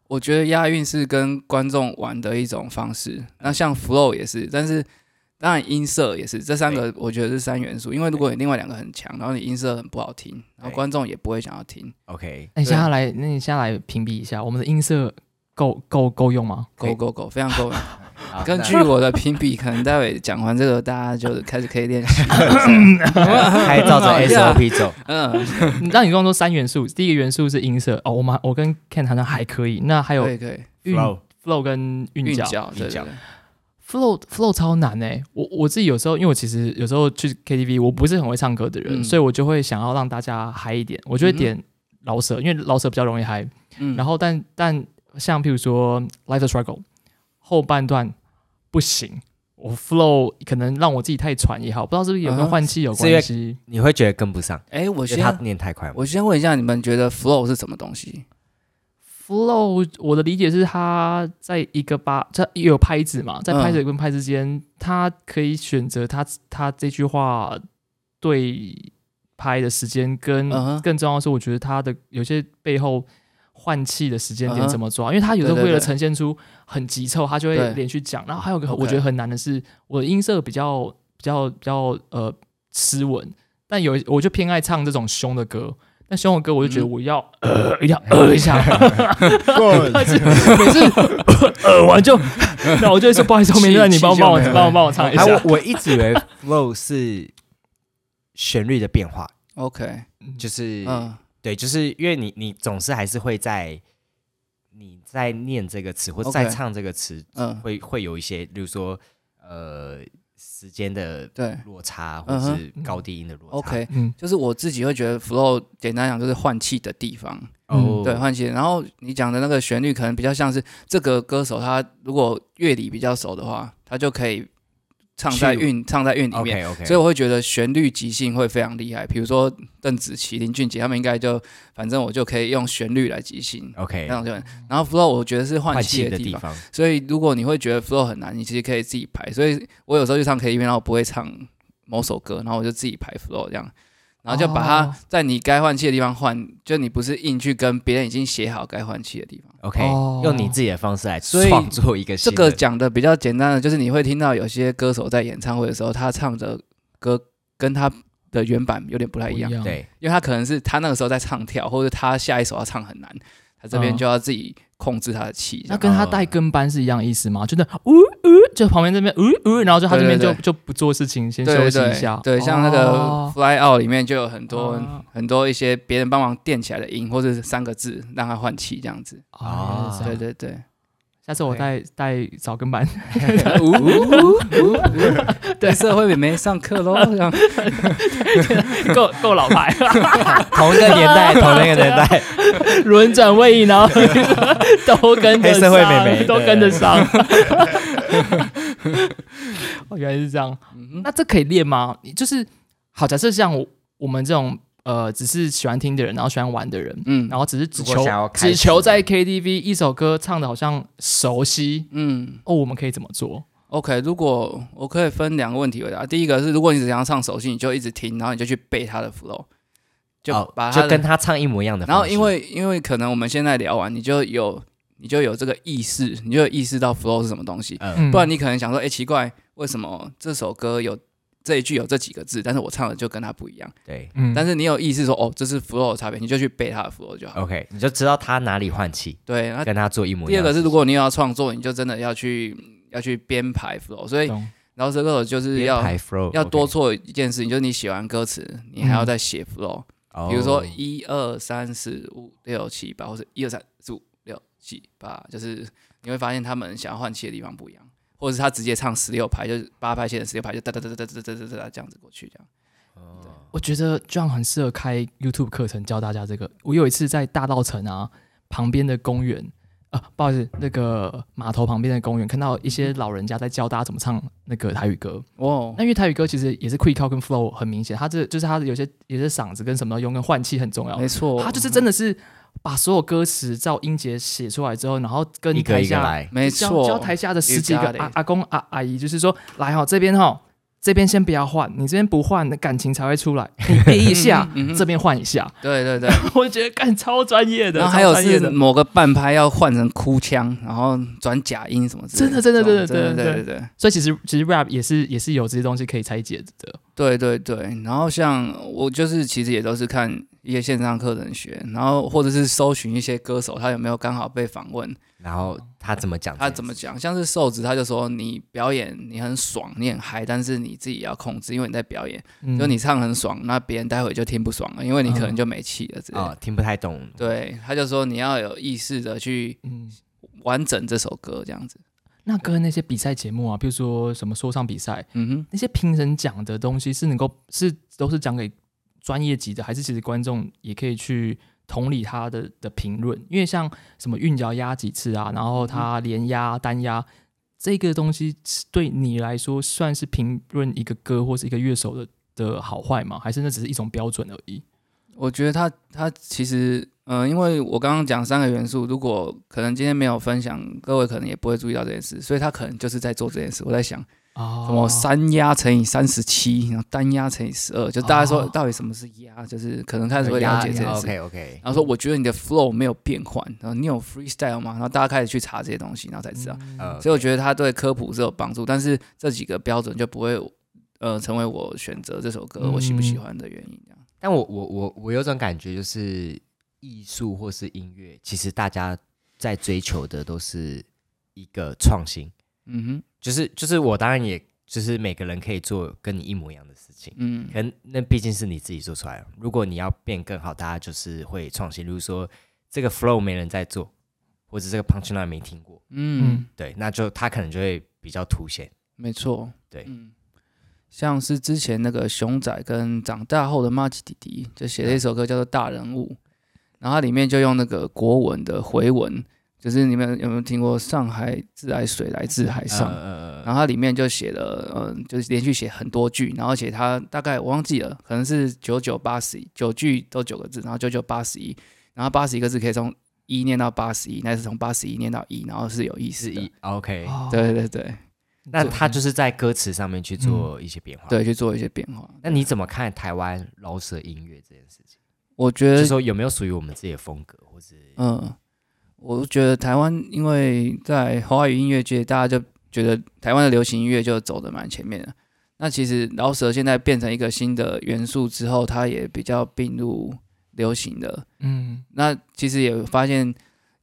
[SPEAKER 1] 我觉得押韵是跟观众玩的一种方式，那像 flow 也是，但是当然音色也是，这三个我觉得是三元素。因为如果你另外两个很强，然后你音色很不好听，然后观众也不会想要听。
[SPEAKER 2] ？OK，
[SPEAKER 3] 哎，接下来，那你下来评比一下，我们的音色够够够用吗？
[SPEAKER 1] Go go go，非常够。
[SPEAKER 2] 好
[SPEAKER 1] 根
[SPEAKER 2] 那
[SPEAKER 1] 据我的评比，可能待会讲完这个，大家就开始可以练习。
[SPEAKER 2] 还照着
[SPEAKER 1] (laughs) 啊
[SPEAKER 2] SOP 走，
[SPEAKER 1] 嗯，
[SPEAKER 3] 那你刚刚说三元素，第一个元素是音色哦，我们我跟 Ken 好像还可以，那还有
[SPEAKER 1] 可以可以，
[SPEAKER 3] 韵
[SPEAKER 2] Flow
[SPEAKER 3] flow 跟韵
[SPEAKER 1] 韵
[SPEAKER 3] 脚。
[SPEAKER 1] 脚对
[SPEAKER 2] 韵
[SPEAKER 1] 对
[SPEAKER 2] 脚
[SPEAKER 1] 对，
[SPEAKER 3] flow flow 超难哎、我我自己有时候，因为我其实有时候去 KTV，我不是很会唱歌的人，
[SPEAKER 1] 嗯
[SPEAKER 3] 所以我就会想要让大家嗨一点，我就会点老舍，因为老舍比较容易嗨。
[SPEAKER 1] 嗯，
[SPEAKER 3] 然
[SPEAKER 1] 后
[SPEAKER 3] 后但但像譬如说 Life is Struggle 后半段不行，我 flow 可能让我自己太喘也好，不知道是不是有
[SPEAKER 1] 嗯
[SPEAKER 3] 跟
[SPEAKER 1] 哼
[SPEAKER 3] 换气有
[SPEAKER 2] 是因为
[SPEAKER 3] 关系。
[SPEAKER 2] 你会觉得跟不上，
[SPEAKER 1] 哎，我
[SPEAKER 2] 因为他
[SPEAKER 1] 先
[SPEAKER 2] 念太快嘛。
[SPEAKER 1] 我先问一下，你们觉得 flow 是什么东西？
[SPEAKER 3] flow 我的理解是，它在一个八，它也有拍子嘛，在拍子跟拍子之间，它可以选择它它这句话对拍的时间跟，
[SPEAKER 1] 嗯哼
[SPEAKER 3] 更重要的是，我觉得它的有些背后换气的时间
[SPEAKER 1] 嗯
[SPEAKER 3] 点
[SPEAKER 1] 哼
[SPEAKER 3] 怎么抓，因为它有时候
[SPEAKER 1] 对对
[SPEAKER 3] 为了
[SPEAKER 1] 对
[SPEAKER 3] 呈现出很急凑，它就
[SPEAKER 1] 对
[SPEAKER 3] 会连续讲。然后还有个
[SPEAKER 1] OK
[SPEAKER 3] 我觉得很难的是，我的音色比较比较比较呃斯文，但有我就偏爱唱这种凶的歌。但凶的歌，我就觉得
[SPEAKER 1] 嗯
[SPEAKER 3] 我要、 (coughs) 呃，一定要呃一下，但是每次呃完就，那我就会说不好意思，后面那你帮我帮我帮我帮我唱一
[SPEAKER 2] 啊，
[SPEAKER 3] 下。
[SPEAKER 2] 我我一直以为 flow 是旋律的变化，
[SPEAKER 1] OK，
[SPEAKER 2] 就是
[SPEAKER 1] 嗯，
[SPEAKER 2] 对，就是因为你你总是还是会在你在念这个词或
[SPEAKER 1] OK
[SPEAKER 2] 在唱这个词，
[SPEAKER 1] 嗯
[SPEAKER 2] 会会有一些，比如说呃时间的
[SPEAKER 1] 对。
[SPEAKER 2] 落差，或
[SPEAKER 1] 嗯哼
[SPEAKER 2] 是高低音的落差。
[SPEAKER 1] OK，
[SPEAKER 3] 嗯，
[SPEAKER 1] 就是我自己会觉得 flow 简单讲就是换气的地方，
[SPEAKER 2] 哦，
[SPEAKER 1] 嗯对，换气。然后你讲的那个旋律可能比较像是这个歌手他如果乐理比较熟的话，他就可以唱在
[SPEAKER 2] 去
[SPEAKER 1] 韵唱在韵里面。
[SPEAKER 2] OK OK，
[SPEAKER 1] 所以我会觉得旋律即兴会非常厉害，比如说邓紫棋、林俊杰他们应该就，反正我就可以用旋律来即兴，
[SPEAKER 2] OK
[SPEAKER 1] 那种就很。然后 flow 我觉得是换
[SPEAKER 2] 换
[SPEAKER 1] 气
[SPEAKER 2] 气的
[SPEAKER 1] 地
[SPEAKER 2] 地
[SPEAKER 1] 方，
[SPEAKER 2] 方，
[SPEAKER 1] 所以如果你会觉得 flow 很难，你其实可以自己排。所以我有时候去唱 KTV，然后我不会唱某首歌，然后我就自己排 flow 这样，然后就把
[SPEAKER 3] 哦
[SPEAKER 1] 它在你该换气的地方换，就你不是硬去跟别人已经写好该换气的地方。
[SPEAKER 2] OK，、
[SPEAKER 3] 哦
[SPEAKER 2] 用你自己的方式来
[SPEAKER 1] 所以
[SPEAKER 2] 创作一个
[SPEAKER 1] 这
[SPEAKER 2] 新
[SPEAKER 1] 个
[SPEAKER 2] 的
[SPEAKER 1] 讲的比较简单的，就是你会听到有些歌手在演唱会的时候，他唱的歌跟他的原版有点不太一样， (laughs)
[SPEAKER 3] 不一样
[SPEAKER 2] 对
[SPEAKER 1] 因为他可能是他那个时候在唱跳，或者他下一首要唱很难，他这边
[SPEAKER 3] 嗯
[SPEAKER 1] 就要自己控制他的气。这
[SPEAKER 3] 那
[SPEAKER 1] 样
[SPEAKER 3] 跟他带跟班是一样的意思吗？就是呜呜，就旁边这边呜呜，然后就他这边就
[SPEAKER 1] 对对对
[SPEAKER 3] 就不做事情，先
[SPEAKER 1] 对
[SPEAKER 3] 休
[SPEAKER 1] 对
[SPEAKER 3] 息一
[SPEAKER 1] 对
[SPEAKER 3] 下。
[SPEAKER 1] 对，像那个
[SPEAKER 3] 哦
[SPEAKER 1] Fly Out 里面就有很多、
[SPEAKER 3] 哦
[SPEAKER 1] 很多一些别人帮忙垫起来的音，或者是三个字让他换气这样子。
[SPEAKER 3] 哦
[SPEAKER 2] 啊
[SPEAKER 3] 原来
[SPEAKER 1] 对
[SPEAKER 3] 是这样
[SPEAKER 1] 对对，
[SPEAKER 3] 下次我带带早跟
[SPEAKER 1] (laughs)
[SPEAKER 3] 班，
[SPEAKER 1] 呜呜呜呜， (laughs) 对，社会美眉上课喽，这样
[SPEAKER 3] 够够老 (laughs) 牌，
[SPEAKER 2] 同一个年代，同一个年代，
[SPEAKER 3] 轮转位移，然后
[SPEAKER 2] (laughs)
[SPEAKER 3] 都跟得
[SPEAKER 2] 黑社会
[SPEAKER 3] 上
[SPEAKER 2] 妹妹
[SPEAKER 3] (laughs) 都跟得上。
[SPEAKER 2] (laughs)
[SPEAKER 3] 哦，原来是这样。
[SPEAKER 2] 嗯
[SPEAKER 3] 那这可以练吗？就是好，假设像我我们这种呃，只是喜欢听的人，然后喜欢玩的人，
[SPEAKER 1] 嗯
[SPEAKER 3] 然后只是只
[SPEAKER 2] 如果
[SPEAKER 3] 求
[SPEAKER 2] 想要开
[SPEAKER 3] 只求
[SPEAKER 2] 始
[SPEAKER 3] 在 KTV 一首歌唱的好像熟悉
[SPEAKER 1] 嗯。
[SPEAKER 3] 哦，我们可以怎么做？
[SPEAKER 1] OK，如果我可以分两个问题回答，第一个是如果你只想要唱手机，你就一直听，然后你就去背它的 flow，就
[SPEAKER 2] 哦
[SPEAKER 1] 把它
[SPEAKER 2] 就
[SPEAKER 1] 的、
[SPEAKER 2] 跟他唱一模一样的方式。
[SPEAKER 1] 然后因为因为可能我们现在聊完，你就有你就有这个意识，你就有意识到 flow 是什么东西，
[SPEAKER 3] 嗯
[SPEAKER 1] 不然你可能想说，哎、奇怪，为什么这首歌有这一句有这几个字，但是我唱的就跟它不一样？
[SPEAKER 2] 对
[SPEAKER 3] 嗯
[SPEAKER 1] 但是你有意识说，哦，这是 flow 的差别，你就去背它的 flow 就好。
[SPEAKER 2] ，OK，你就知道他哪里换气，
[SPEAKER 1] 对，那
[SPEAKER 2] 跟他做一模一
[SPEAKER 1] 第
[SPEAKER 2] 样
[SPEAKER 1] 二
[SPEAKER 2] 的
[SPEAKER 1] 个
[SPEAKER 2] 事
[SPEAKER 1] 是，
[SPEAKER 2] 情。
[SPEAKER 1] 如果你要创作，你就真的要去要去编排 flow，所以
[SPEAKER 3] 懂
[SPEAKER 1] 饶舌歌手就是
[SPEAKER 2] 编
[SPEAKER 1] 要
[SPEAKER 2] 排 flow，
[SPEAKER 1] 要
[SPEAKER 2] OK
[SPEAKER 1] 多做一件事情，就是你写完歌词，你还要再写 flow，、
[SPEAKER 2] 哦
[SPEAKER 1] 比如说一二三四五六七八，或者一二三四五六七八，就是你会发现他们想要换气的地方不一样，或者是他直接唱十六拍，就是八拍线的十六拍，就哒哒哒哒哒哒哒哒哒这样子过去，这样。
[SPEAKER 3] 我觉得这样很适合开 YouTube 课程教大家这个。我有一次在大稻城啊旁边的公园啊，不好意思，那个码头旁边的公园，看到一些老人家在教大家怎么唱那个台语歌。
[SPEAKER 1] 哦
[SPEAKER 3] 那，因为台语歌其实也是 quick call 跟 flow 很明显，它这就是它有些有些嗓子跟什么都用，跟换气很重要
[SPEAKER 1] 没。错，
[SPEAKER 3] 它就是真的是把所有歌词照音节写出来之后，然后跟
[SPEAKER 2] 一个
[SPEAKER 3] 台
[SPEAKER 2] 一个
[SPEAKER 3] 下
[SPEAKER 2] 来，
[SPEAKER 1] 没
[SPEAKER 3] 嗯教
[SPEAKER 1] 错，
[SPEAKER 3] 教台下的十几
[SPEAKER 1] You
[SPEAKER 3] 个
[SPEAKER 1] got it
[SPEAKER 3] 阿阿公阿阿姨，就是说，来哈、这边哈、这边先不要换，你这边不换，那感情才会出
[SPEAKER 1] (laughs)
[SPEAKER 3] 来。你憋一下，
[SPEAKER 1] 嗯嗯嗯
[SPEAKER 3] 这边换一下， (laughs)
[SPEAKER 1] 对对对。
[SPEAKER 3] 我就觉得干超专业的，
[SPEAKER 1] 然后还有
[SPEAKER 3] 超专业
[SPEAKER 1] 是
[SPEAKER 3] 的
[SPEAKER 1] 某个半拍要换成哭腔，然后转假音什么之类
[SPEAKER 3] 真的真的
[SPEAKER 1] 这种真
[SPEAKER 3] 真的
[SPEAKER 1] 的对
[SPEAKER 3] 真
[SPEAKER 1] 对对。
[SPEAKER 3] 所以其实其实 rap 也是也是有这些东西可以拆解的。
[SPEAKER 1] 对对对，然后像我就是其实也都是看一些线上课程学，然后或者是搜寻一些歌手他有没有刚好被访问，
[SPEAKER 2] 然后他怎么讲？
[SPEAKER 1] 哦他怎么？讲，像是瘦子他就说你表演你很爽，你很嗨，但是你自己要控制，因为你在表演，
[SPEAKER 3] 嗯
[SPEAKER 1] 就你唱很爽，那别人待会就听不爽了，因为你可能就没气了之类的。
[SPEAKER 2] 哦，听不太懂。
[SPEAKER 1] 对，他就说你要有意识的去
[SPEAKER 3] 嗯，
[SPEAKER 1] 完整这首歌这样子。
[SPEAKER 3] 那跟那些比赛节目啊，比如说什么说唱比赛，
[SPEAKER 1] 嗯哼，
[SPEAKER 3] 那些评审讲的东西是能够是都是讲给专业级的，还是其实观众也可以去同理他的的评论？因为像什么韵脚压几次啊，然后他连压单压这个东西，对你来说算是评论一个歌或是一个乐手的的好坏吗？还是那只是一种标准而已？
[SPEAKER 1] 我觉得他他其实，嗯、因为我刚刚讲三个元素，如果可能今天没有分享，各位可能也不会注意到这件事，所以他可能就是在做这件事。我在想，
[SPEAKER 3] 啊
[SPEAKER 1] 什么三压乘以三十七，然后单压乘以十二，就大家说
[SPEAKER 3] 哦
[SPEAKER 1] 到底什么是压，就是可能开始会了解这件事。哦
[SPEAKER 2] OK OK，
[SPEAKER 1] 然后说，我觉得你的 flow 没有变换，然后你有 freestyle 吗？然后大家开始去查这些东西，然后才知
[SPEAKER 3] 嗯
[SPEAKER 1] 道。
[SPEAKER 2] 呃，
[SPEAKER 1] 所以我觉得他对科普是有帮助，但是这几个标准就不会呃成为我选择这首歌我喜不喜欢的原因。这样，
[SPEAKER 2] 但我我我我有种感觉，就是艺术或是音乐，其实大家在追求的都是一个创新，
[SPEAKER 1] 嗯哼，
[SPEAKER 2] 就是就是我当然也就是每个人可以做跟你一模一样的事情，
[SPEAKER 1] 嗯。
[SPEAKER 2] 可能那毕竟是你自己做出来的。如果你要变更好，大家就是会创新，例如说这个 flow 没人在做，或者这个 punchline 没听过，
[SPEAKER 1] 嗯
[SPEAKER 3] 嗯，
[SPEAKER 2] 对，那就他可能就会比较凸显。
[SPEAKER 1] 没错，
[SPEAKER 2] 对
[SPEAKER 1] 嗯，像是之前那个熊仔跟长大后的马吉弟弟就写了一首歌叫做《大人物》，然后它里面就用那个国文的回文，就是你们有没有听过“上海自来水来自海上”？
[SPEAKER 2] 呃
[SPEAKER 1] 然后它里面就写了，嗯、就是连续写很多句，然后写它大概我忘记了，可能是九九八十一，九句都九个字，然后九九八十一，然后八十一个字可以从一念到八十一，那是从八十一念到一，然后是有意思
[SPEAKER 2] 是
[SPEAKER 1] 的。
[SPEAKER 2] 一 OK，、
[SPEAKER 3] 哦
[SPEAKER 1] 对对对
[SPEAKER 2] 那他就是在歌词上面去做一些变化。
[SPEAKER 1] 嗯对，去做一些变化。
[SPEAKER 2] 那你怎么看台湾饶舌音乐这件事情？
[SPEAKER 1] 我觉
[SPEAKER 2] 就
[SPEAKER 1] 得
[SPEAKER 2] 是说有没有属于我们自己的风格，或是
[SPEAKER 1] 嗯，我觉得台湾因为在华语音乐界，大家就觉得台湾的流行音乐就走得蛮前面的。那其实饶舌现在变成一个新的元素之后，它也比较并入流行的。
[SPEAKER 3] 嗯
[SPEAKER 1] 那其实也发现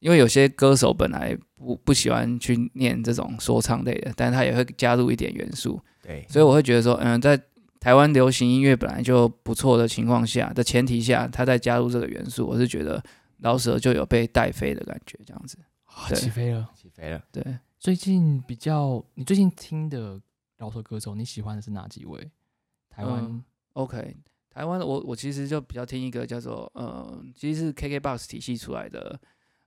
[SPEAKER 1] 因为有些歌手本来不不喜欢去念这种说唱类的，但是他也会加入一点元素，
[SPEAKER 2] 对，
[SPEAKER 1] 所以我会觉得说，嗯，在台湾流行音乐本来就不错的情况下的前提下，他再加入这个元素，我是觉得老舍就有被带飞的感觉，这样子。
[SPEAKER 3] 啊
[SPEAKER 1] 对
[SPEAKER 3] 起飞了。
[SPEAKER 2] 起飞了。
[SPEAKER 1] 对，
[SPEAKER 3] 最近比较，你最近听的饶舌歌手，你喜欢的是哪几位？台湾、
[SPEAKER 1] 嗯 OK，台湾的我我其实就比较听一个叫做呃，其实是 KKBox 体系出来的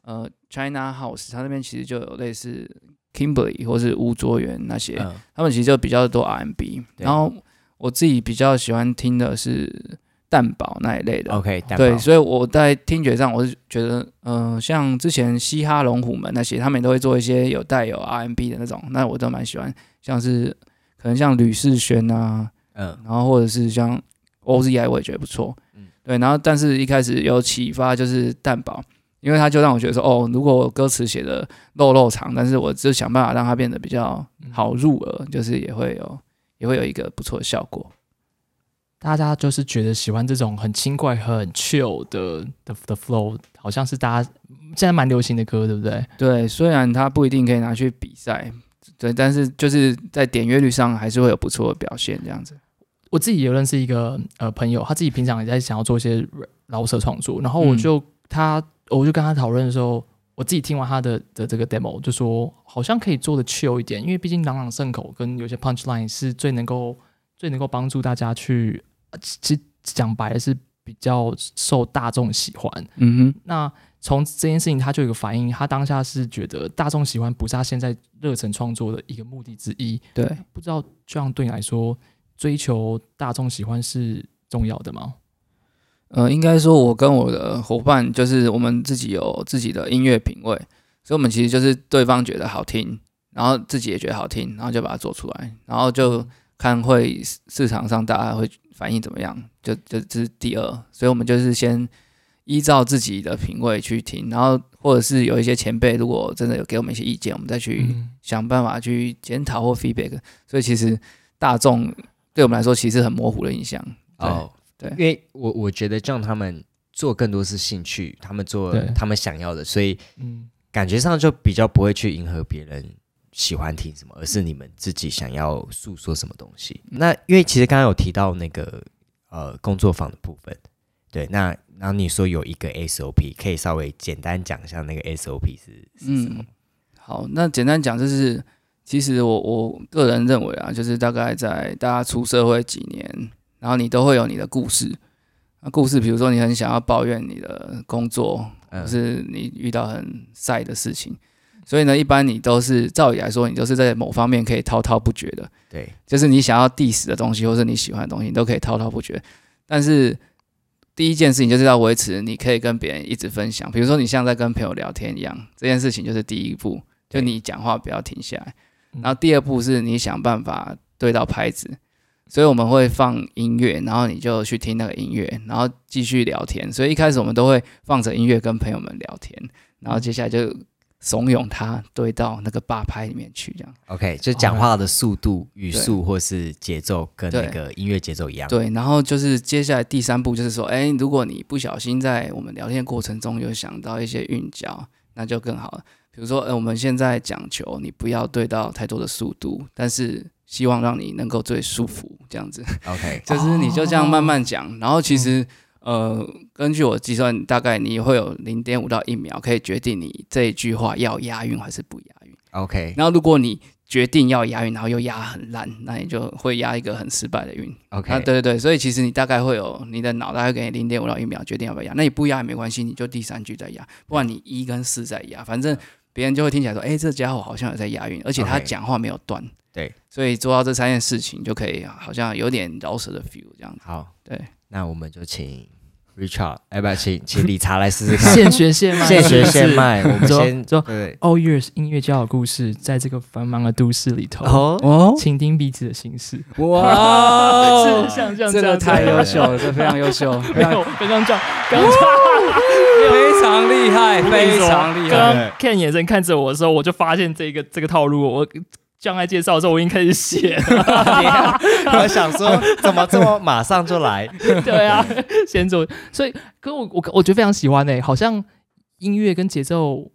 [SPEAKER 1] 呃 China House，它那边其实就有类似 Kimberly 或是吴卓源那些，
[SPEAKER 2] 嗯，
[SPEAKER 1] 他们其实就比较多 RMB。
[SPEAKER 2] 对
[SPEAKER 1] 然后我自己比较喜欢听的是蛋堡那一类的。
[SPEAKER 2] OK，蛋
[SPEAKER 1] 对，
[SPEAKER 2] 堡
[SPEAKER 1] 所以我在听觉上，我是觉得，嗯、像之前嘻哈龙虎门那些，他们也都会做一些有带有 RMB 的那种，那我都蛮喜欢，像是可能像吕世轩啊，
[SPEAKER 2] 嗯，
[SPEAKER 1] 然后或者是像 OZI 我也觉得不错，
[SPEAKER 2] 嗯
[SPEAKER 1] 对，然后但是一开始有启发就是蛋堡，因为他就让我觉得说，哦，如果我歌词写的肉肉长，但是我就想办法让它变得比较好入耳，就是也会有也会有一个不错的效果。
[SPEAKER 3] 大家就是觉得喜欢这种很轻快、很 chill 的的的 flow，好像是大家现在蛮流行的歌，对不对？
[SPEAKER 1] 对，虽然它不一定可以拿去比赛，对，但是就是在点阅率上还是会有不错的表现，这样子。
[SPEAKER 3] 我自己也认识一个呃朋友，他自己平常也在想要做一些饶舌创作，然后我
[SPEAKER 1] 嗯
[SPEAKER 3] 就、他我就跟他讨论的时候，我自己听完他的的这个 demo，就说好像可以做的 chill 一点，因为毕竟朗朗上口跟有些 punch line 是最能够最能够帮助大家去，呃其实讲白了是比较受大众喜欢，
[SPEAKER 1] 嗯
[SPEAKER 3] 那从这件事情，他就有一个反应，他当下是觉得大众喜欢不是他现在热忱创作的一个目的之一。
[SPEAKER 1] 哼，对，
[SPEAKER 3] 不知道这样对你来说，追求大众喜欢是重要的吗？
[SPEAKER 1] 呃，应该说，我跟我的伙伴就是我们自己有自己的音乐品味，所以我们其实就是对方觉得好听，然后自己也觉得好听，然后就把它做出来，然后就看会市市场上大家会反应怎么样，就就这是第二。所以我们就是先依照自己的品味去听，然后或者是有一些前辈如果真的有给我们一些意见，我们再去
[SPEAKER 3] 嗯，
[SPEAKER 1] 想办法去检讨或 feedback。所以其实大众对我们来说其实很模糊的印象。对
[SPEAKER 2] 哦，
[SPEAKER 1] 对
[SPEAKER 2] 因为我我觉得这样他们做更多是兴趣，他们做
[SPEAKER 3] 对
[SPEAKER 2] 他们想要的，所以
[SPEAKER 3] 嗯，
[SPEAKER 2] 感觉上就比较不会去迎合别人喜欢听什么，而是你们自己想要诉说什么东西。
[SPEAKER 1] 嗯
[SPEAKER 2] 那因为其实刚刚有提到那个呃工作坊的部分，对，那然后你说有一个 SOP，可以稍微简单讲一下那个 SOP 是是什么
[SPEAKER 1] 嗯？，好，那简单讲就是，其实我我个人认为啊，就是大概在大家出社会几年，然后你都会有你的故事。那故事，比如说你很想要抱怨你的工作，
[SPEAKER 2] 嗯
[SPEAKER 1] 或是你遇到很晒的事情，所以呢，一般你都是照理来说，你都是在某方面可以滔滔不绝的，
[SPEAKER 2] 对，
[SPEAKER 1] 就是你想要 diss 的东西，或是你喜欢的东西，你都可以滔滔不绝。但是第一件事情就是要维持，你可以跟别人一直分享，比如说你像在跟朋友聊天一样，这件事情就是第一步，就
[SPEAKER 2] 对
[SPEAKER 1] 你讲话不要停下来。
[SPEAKER 3] 嗯
[SPEAKER 1] 然后第二步是你想办法对到拍子，所以我们会放音乐，然后你就去听那个音乐，然后继续聊天。所以一开始我们都会放着音乐跟朋友们聊天，然后接下来就怂恿他对到那个八拍里面去，这样。
[SPEAKER 2] OK，就讲话的速度、语速或是节奏跟
[SPEAKER 1] 对
[SPEAKER 2] 那个音乐节奏一样。
[SPEAKER 1] 对，然后就是接下来第三步就是说，哎，如果你不小心在我们聊天过程中有想到一些韵脚，那就更好了。比如说，呃，我们现在讲求你不要对到太多的速度，但是希望让你能够最舒服这样子， (laughs)
[SPEAKER 2] ，OK，
[SPEAKER 1] 就是你就这样慢慢讲，然后其实。呃，根据我计算，大概你会有零点五到一秒可以决定你这一句话要押韵还是不押韵。
[SPEAKER 2] OK
[SPEAKER 1] 然后如果你决定要押韵，然后又押很烂，那你就会押一个很失败的韵。
[SPEAKER 2] OK，、
[SPEAKER 1] 啊，对对对，所以其实你大概会有你的脑袋会给你零点五到一秒决定要不要压，那你不压也没关系，你就第三句再压，不然你一跟四再压，反正别人就会听起来说，哎，这家伙好像有在押韵，而且他
[SPEAKER 2] OK
[SPEAKER 1] 讲话没有断。
[SPEAKER 2] 对，
[SPEAKER 1] 所以做到这三件事情就可以，好像有点饶舌的 feel 这样子。
[SPEAKER 2] 好，
[SPEAKER 1] 对，
[SPEAKER 2] 那我们就请 Richard，要不哎要请请理查来试试
[SPEAKER 1] (laughs)
[SPEAKER 3] (laughs)
[SPEAKER 2] 看？
[SPEAKER 3] 现学现卖，
[SPEAKER 2] 现学现卖，我们
[SPEAKER 3] 说
[SPEAKER 2] 先
[SPEAKER 3] 说
[SPEAKER 2] 对
[SPEAKER 3] ，All Years 音乐家的故事，在这个繁忙的都市里头，
[SPEAKER 2] 哦
[SPEAKER 1] 哦， (laughs)
[SPEAKER 3] 倾听彼此的心事。(laughs)
[SPEAKER 1] 哇
[SPEAKER 3] 哦是像像
[SPEAKER 1] 这
[SPEAKER 3] 样
[SPEAKER 1] 个
[SPEAKER 3] 子
[SPEAKER 1] 太
[SPEAKER 2] 有
[SPEAKER 1] 优秀了，这非常
[SPEAKER 3] (laughs)
[SPEAKER 1] 优秀，非
[SPEAKER 3] 没
[SPEAKER 1] 常
[SPEAKER 3] 有，非常这样，刚刚
[SPEAKER 1] 非常厉害，非常厉
[SPEAKER 3] 刚
[SPEAKER 1] 害。
[SPEAKER 3] 刚 Ken 眼神看着我的时候，我就发现这个这个套路。我将来介绍的时候，我已经开始写了。
[SPEAKER 2] (laughs) 我想说怎么这么马上就来？
[SPEAKER 3] 对啊，先做。所以，可我我我觉得非常喜欢诶、好像音乐跟节奏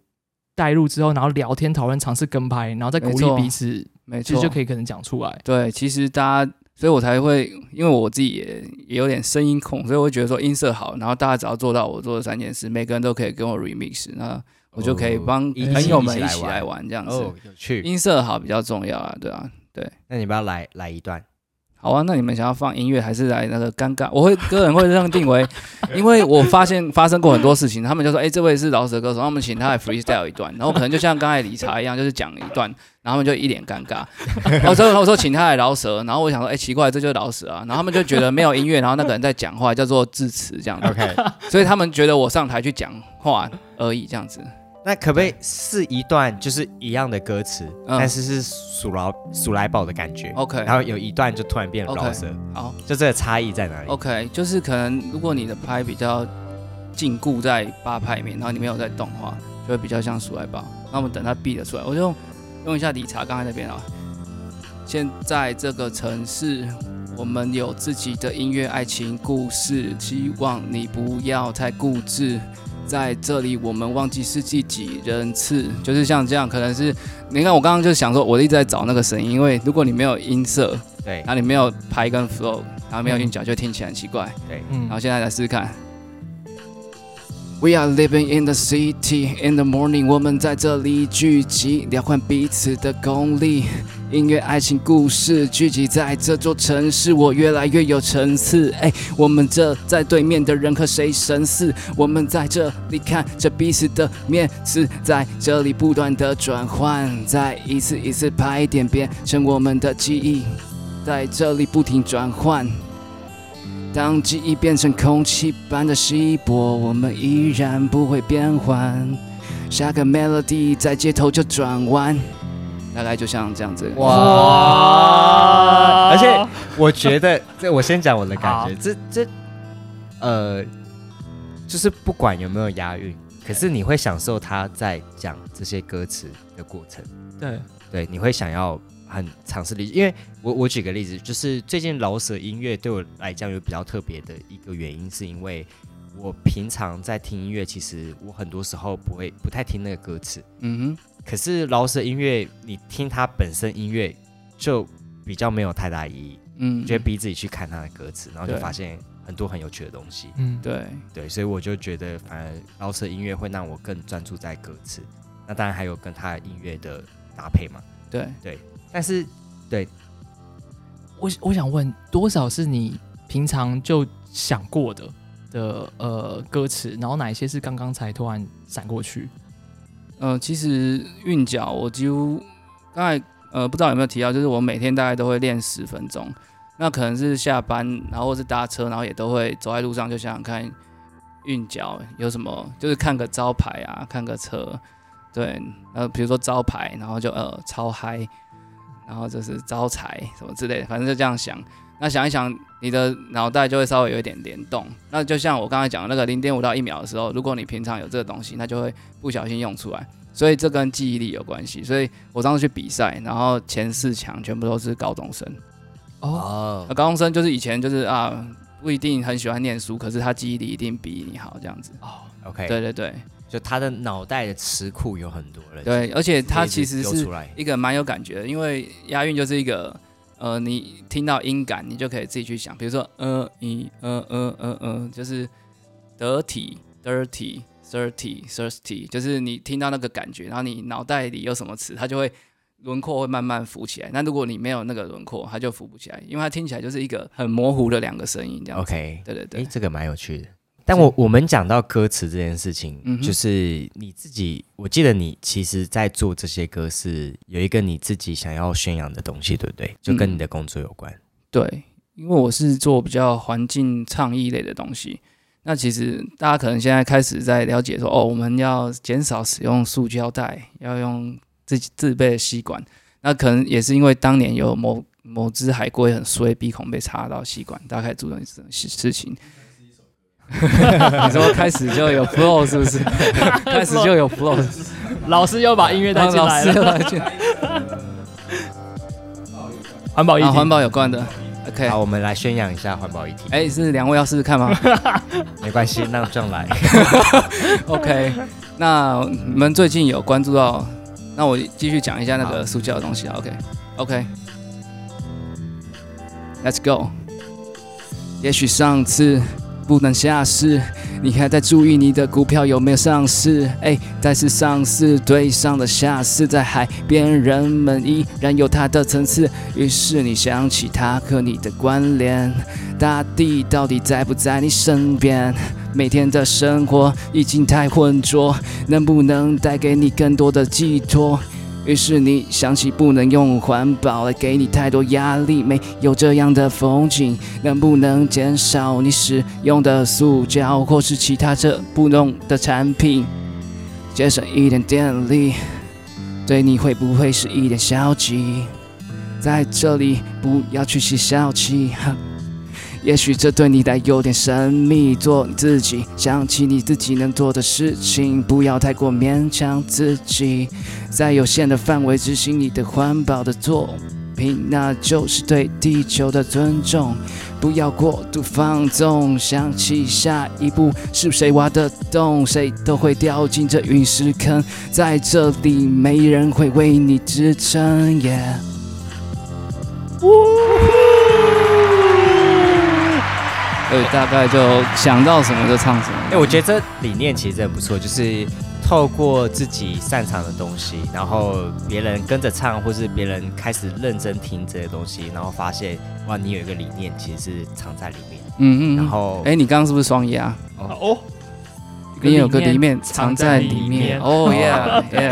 [SPEAKER 3] 带入之后，然后聊天讨论，尝试跟拍，然后再鼓
[SPEAKER 1] 没
[SPEAKER 3] 励
[SPEAKER 1] 错
[SPEAKER 3] 彼此，
[SPEAKER 1] 没
[SPEAKER 3] 其
[SPEAKER 1] 错
[SPEAKER 3] 实就可以可能讲出来。
[SPEAKER 1] 对，其实大家，所以我才会，因为我自己也也有点声音控，所以我会觉得说音色好，然后大家只要做到我做的三件事，每个人都可以跟我 remix，那我就可以
[SPEAKER 2] 哦
[SPEAKER 1] 帮
[SPEAKER 2] 一
[SPEAKER 1] 朋
[SPEAKER 2] 起
[SPEAKER 1] 友
[SPEAKER 2] 一
[SPEAKER 1] 们
[SPEAKER 2] 起
[SPEAKER 1] 一
[SPEAKER 2] 来
[SPEAKER 1] 起
[SPEAKER 2] 玩
[SPEAKER 1] 来玩这样子。
[SPEAKER 2] 哦， (laughs) 有趣。
[SPEAKER 1] 音色好比较重要啊，对啊。
[SPEAKER 2] 那你不要来来一段，
[SPEAKER 1] 好啊，那你们想要放音乐还是来那个尴尬？我会个人会这样定为，因为我发现发生过很多事情，他们就说，哎、这位是饶舌歌手，那我们请他来 freestyle 一段，然后可能就像刚才理查一样，就是讲一段，然后他们就一脸尴尬。然后所以我说请他来饶舌，然后我想说，哎、奇怪，这就是饶舌啊，然后他们就觉得没有音乐，然后那个人在讲话，叫做致辞这
[SPEAKER 2] (laughs)
[SPEAKER 1] 样子，
[SPEAKER 2] OK，
[SPEAKER 1] 所以他们觉得我上台去讲话而已这样子。
[SPEAKER 2] 那可不可以试一段就是一样的歌词，
[SPEAKER 1] 嗯
[SPEAKER 2] 但是是数老数来宝的感觉
[SPEAKER 1] OK，
[SPEAKER 2] 然后有一段就突然变饶舌
[SPEAKER 1] 好。
[SPEAKER 2] 就这个差异在哪里
[SPEAKER 1] OK，就是可能如果你的拍比较禁锢在八拍里面，然后你没有在动的话，就会比较像鼠来宝。那我们等它闭了出来，哎我就用用一下理查刚才那边啊。现在这个城市，我们有自己的音乐爱情故事，希望你不要太固执。在这里，我们忘记是第几人次，就是像这样，可能是你看我刚刚就想说，我一直在找那个声音，因为如果你没有音色，
[SPEAKER 2] 对
[SPEAKER 1] 然后你没有拍跟 flow，然后没有韵脚，就听起来很奇怪。
[SPEAKER 2] 对，
[SPEAKER 3] 嗯
[SPEAKER 1] 然后现在来试试看。We are living in the city in the morning，我们在这里聚集，交换彼此的功力。音乐、爱情、故事聚集在这座城市，我越来越有层次。哎，我们这在对面的人和谁神似？我们在这里看着彼此的面是在这里不断的转换，再一次一次拍点变成我们的记忆，在这里不停转换。当记忆变成空气般的稀薄，我们依然不会变换。下个 melody 在街头就转弯，大概就像这样子。哇，
[SPEAKER 2] 哇！而且我觉得，这我先讲我的感
[SPEAKER 3] 好
[SPEAKER 2] 觉，这这呃，就是不管有没有押韵，可是你会享受他在讲这些歌词的过程，
[SPEAKER 3] 对，
[SPEAKER 2] 对，你会想要很尝试理解。因为我我举个例子，就是最近老舍音乐对我来讲有比较特别的一个原因，是因为我平常在听音乐，其实我很多时候不会不太听那个歌词，
[SPEAKER 1] 嗯
[SPEAKER 2] 可是饶舌音乐，你听它本身音乐就比较没有太大意义，
[SPEAKER 1] 哼，嗯，
[SPEAKER 2] 就会逼自己去看它的歌词，然后就
[SPEAKER 1] 对
[SPEAKER 2] 发现很多很有趣的东西。
[SPEAKER 3] 嗯，
[SPEAKER 1] 对，
[SPEAKER 2] 对，所以我就觉得，反而饶舌音乐会让我更专注在歌词。那当然还有跟它的音乐的搭配嘛。
[SPEAKER 1] 对，
[SPEAKER 2] 但是
[SPEAKER 3] 我我想问，多少是你平常就想过的的呃歌词，然后哪一些是刚刚才突然闪过去？
[SPEAKER 1] 呃，其实韵脚我几乎刚才呃不知道有没有提到，就是我每天大概都会练十分钟。那可能是下班，然后或是搭车，然后也都会走在路上就想想看韵脚有什么，就是看个招牌啊，看个车，对，呃，比如说招牌，然后就呃超嗨，然后就是招财什么之类的，反正就这样想。那想一想，你的脑袋就会稍微有一点联动。那就像我刚才讲的那个零点五到一秒的时候，如果你平常有这个东西，那就会不小心用出来。所以这跟记忆力有关系。所以我上次去比赛，然后前四强全部都是高中生。
[SPEAKER 3] 哦，
[SPEAKER 2] 哦
[SPEAKER 1] 那，高中生就是以前就是啊，不一定很喜欢念书，可是他记忆力一定比你好这样子。
[SPEAKER 2] ，OK，
[SPEAKER 1] 对对对
[SPEAKER 2] 就他的脑袋的词库有很多人，，
[SPEAKER 1] 对，而且他其实是
[SPEAKER 2] 出来，
[SPEAKER 1] 一个蛮有感觉的，因为押韵就是一个呃，你听到音感，你就可以自己去想，比如说呃一呃呃呃呃，就是得体 dirty dirty thirsty，就是你听到那个感觉，然后你脑袋里有什么词，它就会轮廓会慢慢浮起来。那如果你没有那个轮廓，它就浮不起来，因为它听起来就是一个很模糊的两个声音这样子。
[SPEAKER 2] OK，
[SPEAKER 1] 对对
[SPEAKER 2] 诶，
[SPEAKER 1] 对，
[SPEAKER 2] 这个蛮有趣的。但我我们讲到歌词这件事情，
[SPEAKER 1] 嗯哼
[SPEAKER 2] 就是你自己，我记得你其实，在做这些歌是有一个你自己想要宣扬的东西，对不对？就
[SPEAKER 1] 嗯
[SPEAKER 2] 跟你的工作有
[SPEAKER 1] (laughs)
[SPEAKER 2] 关。
[SPEAKER 1] 对，因为我是做比较环境倡议类的东西。那其实大家可能现在开始在了解说，哦，我们要减少使用塑胶袋，要用自己自备的吸管。那可能也是因为当年有某某只海龟很衰，鼻孔被插到吸管，大家开始注重这种事事情。 (laughs) 你说开始就有 flow 是
[SPEAKER 3] (laughs)
[SPEAKER 1] 不是？开始就有 flow，
[SPEAKER 3] 老师又把音乐带进来了，
[SPEAKER 1] 哦
[SPEAKER 3] 哦
[SPEAKER 1] 老师
[SPEAKER 3] 环保议
[SPEAKER 1] 啊，环
[SPEAKER 3] 题。
[SPEAKER 1] 保有关的。OK，哎
[SPEAKER 2] 好，我们来宣扬一下环保议题。
[SPEAKER 1] 哎、是两位要试试看吗？
[SPEAKER 2] (laughs) 没关系，让这样来。
[SPEAKER 1] (laughs) OK，那你们最近有关注到？那我继续讲一下那个塑胶的东西。OK，OK，Let's、go。也许上次不能下市，你还在注意你的股票有没有上市？哎，但是上市对上的下市，在海边人们依然有它的层次。于是你想起它和你的关联，大地到底在不在你身边？每天的生活已经太浑浊，能不能带给你更多的寄托？于是你想起不能用环保来给你太多压力，没有这样的风景，能不能减少你使用的塑胶或是其他这不用的产品，节省一点电力？对你会不会是一点消 (laughs) 极？在这里不要去吸笑气。哈也许这对你来有点神秘，做你自己，想起你自己能做的事情，不要太过勉强自己，在有限的范围执行你的环保的作品，那就是对地球的尊重。不要过度放纵，想起下一步是谁挖的洞，谁都会掉进这陨石坑，在这里没人会为你支撑。耶、所以大概就想到什么就唱什么。
[SPEAKER 2] 哎、我觉得这理念其实真的不错，就是透过自己擅长的东西，然后别人跟着唱，或是别人开始认真听这些东西，然后发现哇，你有一个理念其实是藏在里面。
[SPEAKER 1] 嗯嗯嗯。
[SPEAKER 2] 然后
[SPEAKER 1] 哎、你刚刚是不是双压？
[SPEAKER 3] 哦，
[SPEAKER 1] 你有个里面
[SPEAKER 3] 藏
[SPEAKER 1] 藏
[SPEAKER 3] 在
[SPEAKER 1] 在
[SPEAKER 3] 里
[SPEAKER 1] 里
[SPEAKER 3] 面
[SPEAKER 1] 面。哦 (laughs) 耶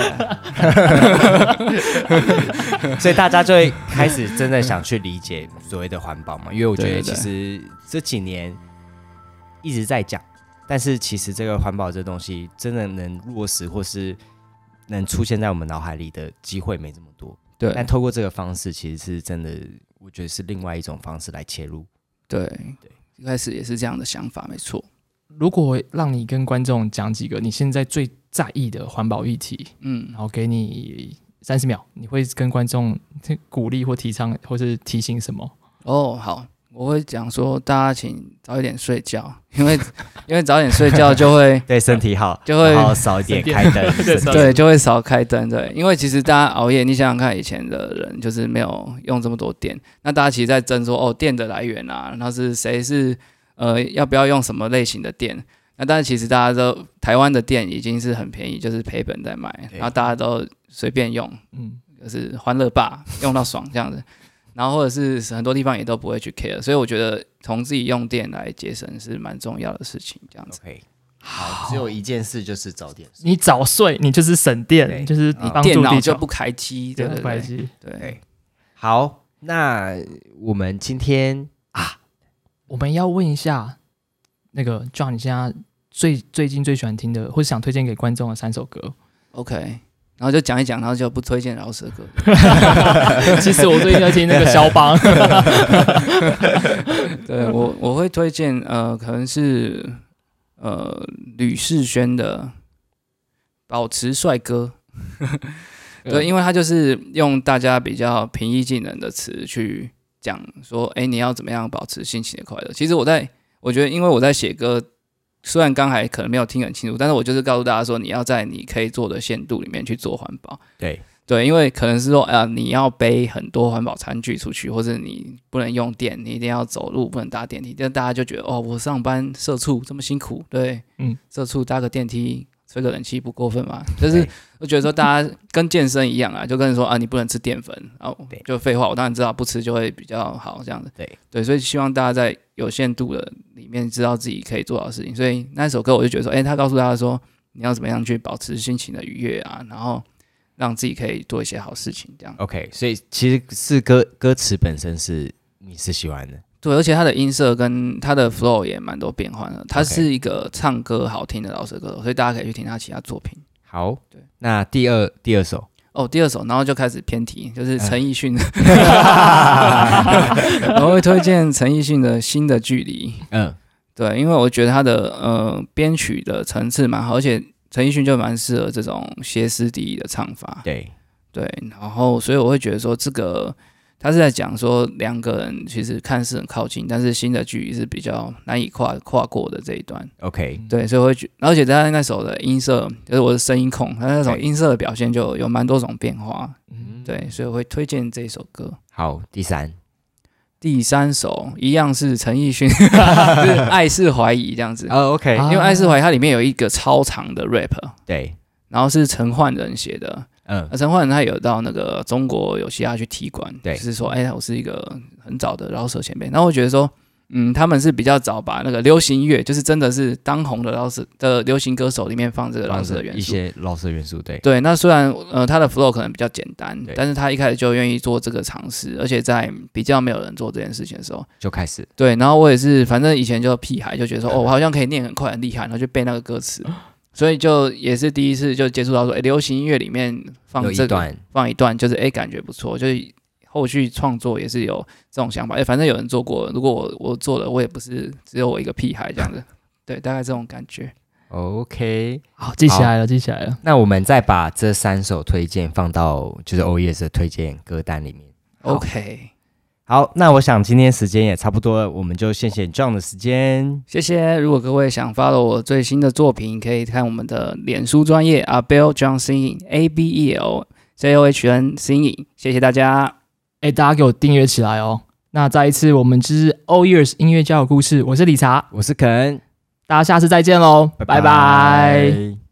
[SPEAKER 1] (laughs)
[SPEAKER 2] 所以大家就会开始真的想去理解所谓的环保嘛，因为我觉得
[SPEAKER 1] 对
[SPEAKER 2] 其
[SPEAKER 1] 对
[SPEAKER 2] 实这几年一直在讲，但是其实这个环保这东西真的能落实或是能出现在我们脑海里的机会没这么多，
[SPEAKER 1] 对
[SPEAKER 2] 但透过这个方式，其实是真的，我觉得是另外一种方式来切入。
[SPEAKER 1] 对对，一开始也是这样的想法，没错。
[SPEAKER 3] 如果让你跟观众讲几个你现在最在意的环保议题，
[SPEAKER 1] 嗯
[SPEAKER 3] 然，后给你三十秒，你会跟观众鼓励或提倡或是提醒什么？
[SPEAKER 1] 哦好，我会讲说大家请早一点睡觉，因为 (laughs) 因为早点睡觉就会
[SPEAKER 2] 对身体好，
[SPEAKER 1] 就会
[SPEAKER 2] 然后少一点开灯，省电
[SPEAKER 1] 对就会少开灯，对，因为其实大家熬夜，你想想看，以前的人就是没有用这么多电，那大家其实在争说哦电的来源啊，然后是谁是呃要不要用什么类型的电。那但是其实大家都台湾的电已经是很便宜，就是赔本在卖，
[SPEAKER 2] 对
[SPEAKER 1] 然后大家都随便用，
[SPEAKER 3] 嗯，
[SPEAKER 1] 就是欢乐霸用到爽这样子，然后或者是很多地方也都不会去 care，所以我觉得从自己用电来节省是蛮重要的事情，这样子。
[SPEAKER 2] OK，好，只有一件事就是早点睡。
[SPEAKER 3] 你早睡，你就是省
[SPEAKER 2] 对
[SPEAKER 3] 电，就是
[SPEAKER 1] 你
[SPEAKER 3] 帮
[SPEAKER 1] 电
[SPEAKER 3] 助
[SPEAKER 1] 脑
[SPEAKER 3] 地
[SPEAKER 1] 就
[SPEAKER 3] 球
[SPEAKER 1] 不开机，对
[SPEAKER 3] 对
[SPEAKER 1] 对
[SPEAKER 3] 不
[SPEAKER 1] 对
[SPEAKER 3] 对？
[SPEAKER 1] 对，
[SPEAKER 2] 好，那我们今天
[SPEAKER 3] 我们要问一下那个 John，你现在最最近最喜欢听的，或者想推荐给观众的三首歌。
[SPEAKER 1] OK，然后就讲一讲，然后就不推荐饶舌歌。
[SPEAKER 3] (laughs) 其实我最近在听那个肖邦，
[SPEAKER 1] 对我我会推荐呃，可能是呃吕世轩的《保持帅哥》。对，因为他就是用大家比较平易近人的词去讲说，哎，你要怎么样保持心情的快乐？其实我在，我觉得，因为我在写歌，虽然刚才可能没有听很清楚，但是我就是告诉大家说，你要在你可以做的限度里面去做环保。
[SPEAKER 2] 对
[SPEAKER 1] 对，因为可能是说，啊、你要背很多环保餐具出去，或者你不能用电，你一定要走路，不能搭电梯。但大家就觉得，哦，我上班社畜这么辛苦，对，
[SPEAKER 3] 嗯，
[SPEAKER 1] 社畜搭个电梯，吹个冷气不过分 (laughs) 吗？就是
[SPEAKER 2] 对
[SPEAKER 1] 我觉得说，大家跟健身一样啊，就跟人说啊，你不能吃淀粉，哦
[SPEAKER 2] 对，
[SPEAKER 1] 就废话，我当然知道不吃就会比较好这样子。
[SPEAKER 2] 对
[SPEAKER 1] 对，所以希望大家在有限度的里面知道自己可以做到的事情。所以那首歌我就觉得说，哎、他告诉大家说，你要怎么样去保持心情的愉悦啊，然后让自己可以做一些好事情，这样。
[SPEAKER 2] OK，所以其实是歌歌词本身是你是喜欢的，
[SPEAKER 1] 对，而且他的音色跟他的 flow 也蛮多变换的。他
[SPEAKER 2] OK
[SPEAKER 1] 是一个唱歌好听的老舌歌手，所以大家可以去听他其他作品。
[SPEAKER 2] 好，
[SPEAKER 1] 对，
[SPEAKER 2] 那第二第二首，
[SPEAKER 1] 哦，第二首，然后就开始偏题，就是
[SPEAKER 2] 哎
[SPEAKER 1] 陈奕迅的，
[SPEAKER 2] (laughs)
[SPEAKER 1] (laughs) 我会推荐陈奕迅的《新的距离》。 (laughs)
[SPEAKER 2] 嗯，
[SPEAKER 1] 对，因为我觉得他的呃编曲的层次蛮好，而且陈奕迅就蛮适合这种歇斯底里的唱法。
[SPEAKER 2] 对，
[SPEAKER 1] 对，然后所以我会觉得说这个。他是在讲说两个人其实看似很靠近，但是心的距离是比较难以跨跨过的这一
[SPEAKER 2] 嗯
[SPEAKER 1] 段。
[SPEAKER 2] OK，
[SPEAKER 1] 对，所以我会觉，而且他那首的音色，就是我的声音控，他那种
[SPEAKER 2] 对
[SPEAKER 1] 音色的表现就有蛮多种变化。
[SPEAKER 3] (laughs) 嗯，
[SPEAKER 1] 对，所以我会推荐这首歌。
[SPEAKER 2] 好，第三，
[SPEAKER 1] 第三首一样是陈奕迅，就是《爱是怀疑》这样子，
[SPEAKER 2] 哦，OK，
[SPEAKER 1] 因为《爱是怀疑》它里面有一个超长的 rap，
[SPEAKER 2] 对，
[SPEAKER 1] 然后是陈奂仁写的。啊
[SPEAKER 2] 嗯
[SPEAKER 1] 那陈奂仁他有到那个中国有嘻哈去踢馆，
[SPEAKER 2] 对
[SPEAKER 1] 就是说，哎，我是一个很早的饶舌前辈。然后我觉得说，嗯，他们是比较早把那个流行音乐，就是真的是当红的饶舌的流行歌手里面放这个饶舌的元
[SPEAKER 2] 一
[SPEAKER 1] 素。
[SPEAKER 2] 些老师的元素，对，
[SPEAKER 1] 对，那虽然呃他的 flow 可能比较简单
[SPEAKER 2] 对，
[SPEAKER 1] 但是他一开始就愿意做这个尝试，而且在比较没有人做这件事情的时候，
[SPEAKER 2] 就开始，
[SPEAKER 1] 对，然后我也是，反正以前就屁孩，就觉得说，哦，我好像可以念很快很厉害，然后就背那个歌词，所以就也是第一次就接触到说，哎，流行音乐里面放
[SPEAKER 2] 有
[SPEAKER 1] 这
[SPEAKER 2] 一
[SPEAKER 1] 个
[SPEAKER 2] 段，
[SPEAKER 1] 放一段，就是哎感觉不错，就是后续创作也是有这种想法，哎，反正有人做过，如果我我做了，我也不是只有我一个屁孩这样子，对，大概这种感觉。
[SPEAKER 2] OK，
[SPEAKER 3] 好，记起来了，记起来了。
[SPEAKER 2] 那我们再把这三首推荐放到就是 OES 的推荐歌单里面。好
[SPEAKER 1] OK，
[SPEAKER 2] 好，那我想今天时间也差不多了，我们就谢谢 John 的时间。
[SPEAKER 1] 谢谢。如果各位想 follow 我最新的作品，可以看我们的脸书专业 Abel John Singing A B E L J O H N Singing，谢谢大家。
[SPEAKER 3] 哎，大家给我订阅起来哦。那再一次，我们就是 All Years 音乐交友故事，我是理查，
[SPEAKER 2] 我是肯，
[SPEAKER 3] 大家下次再见喽，拜拜
[SPEAKER 2] 拜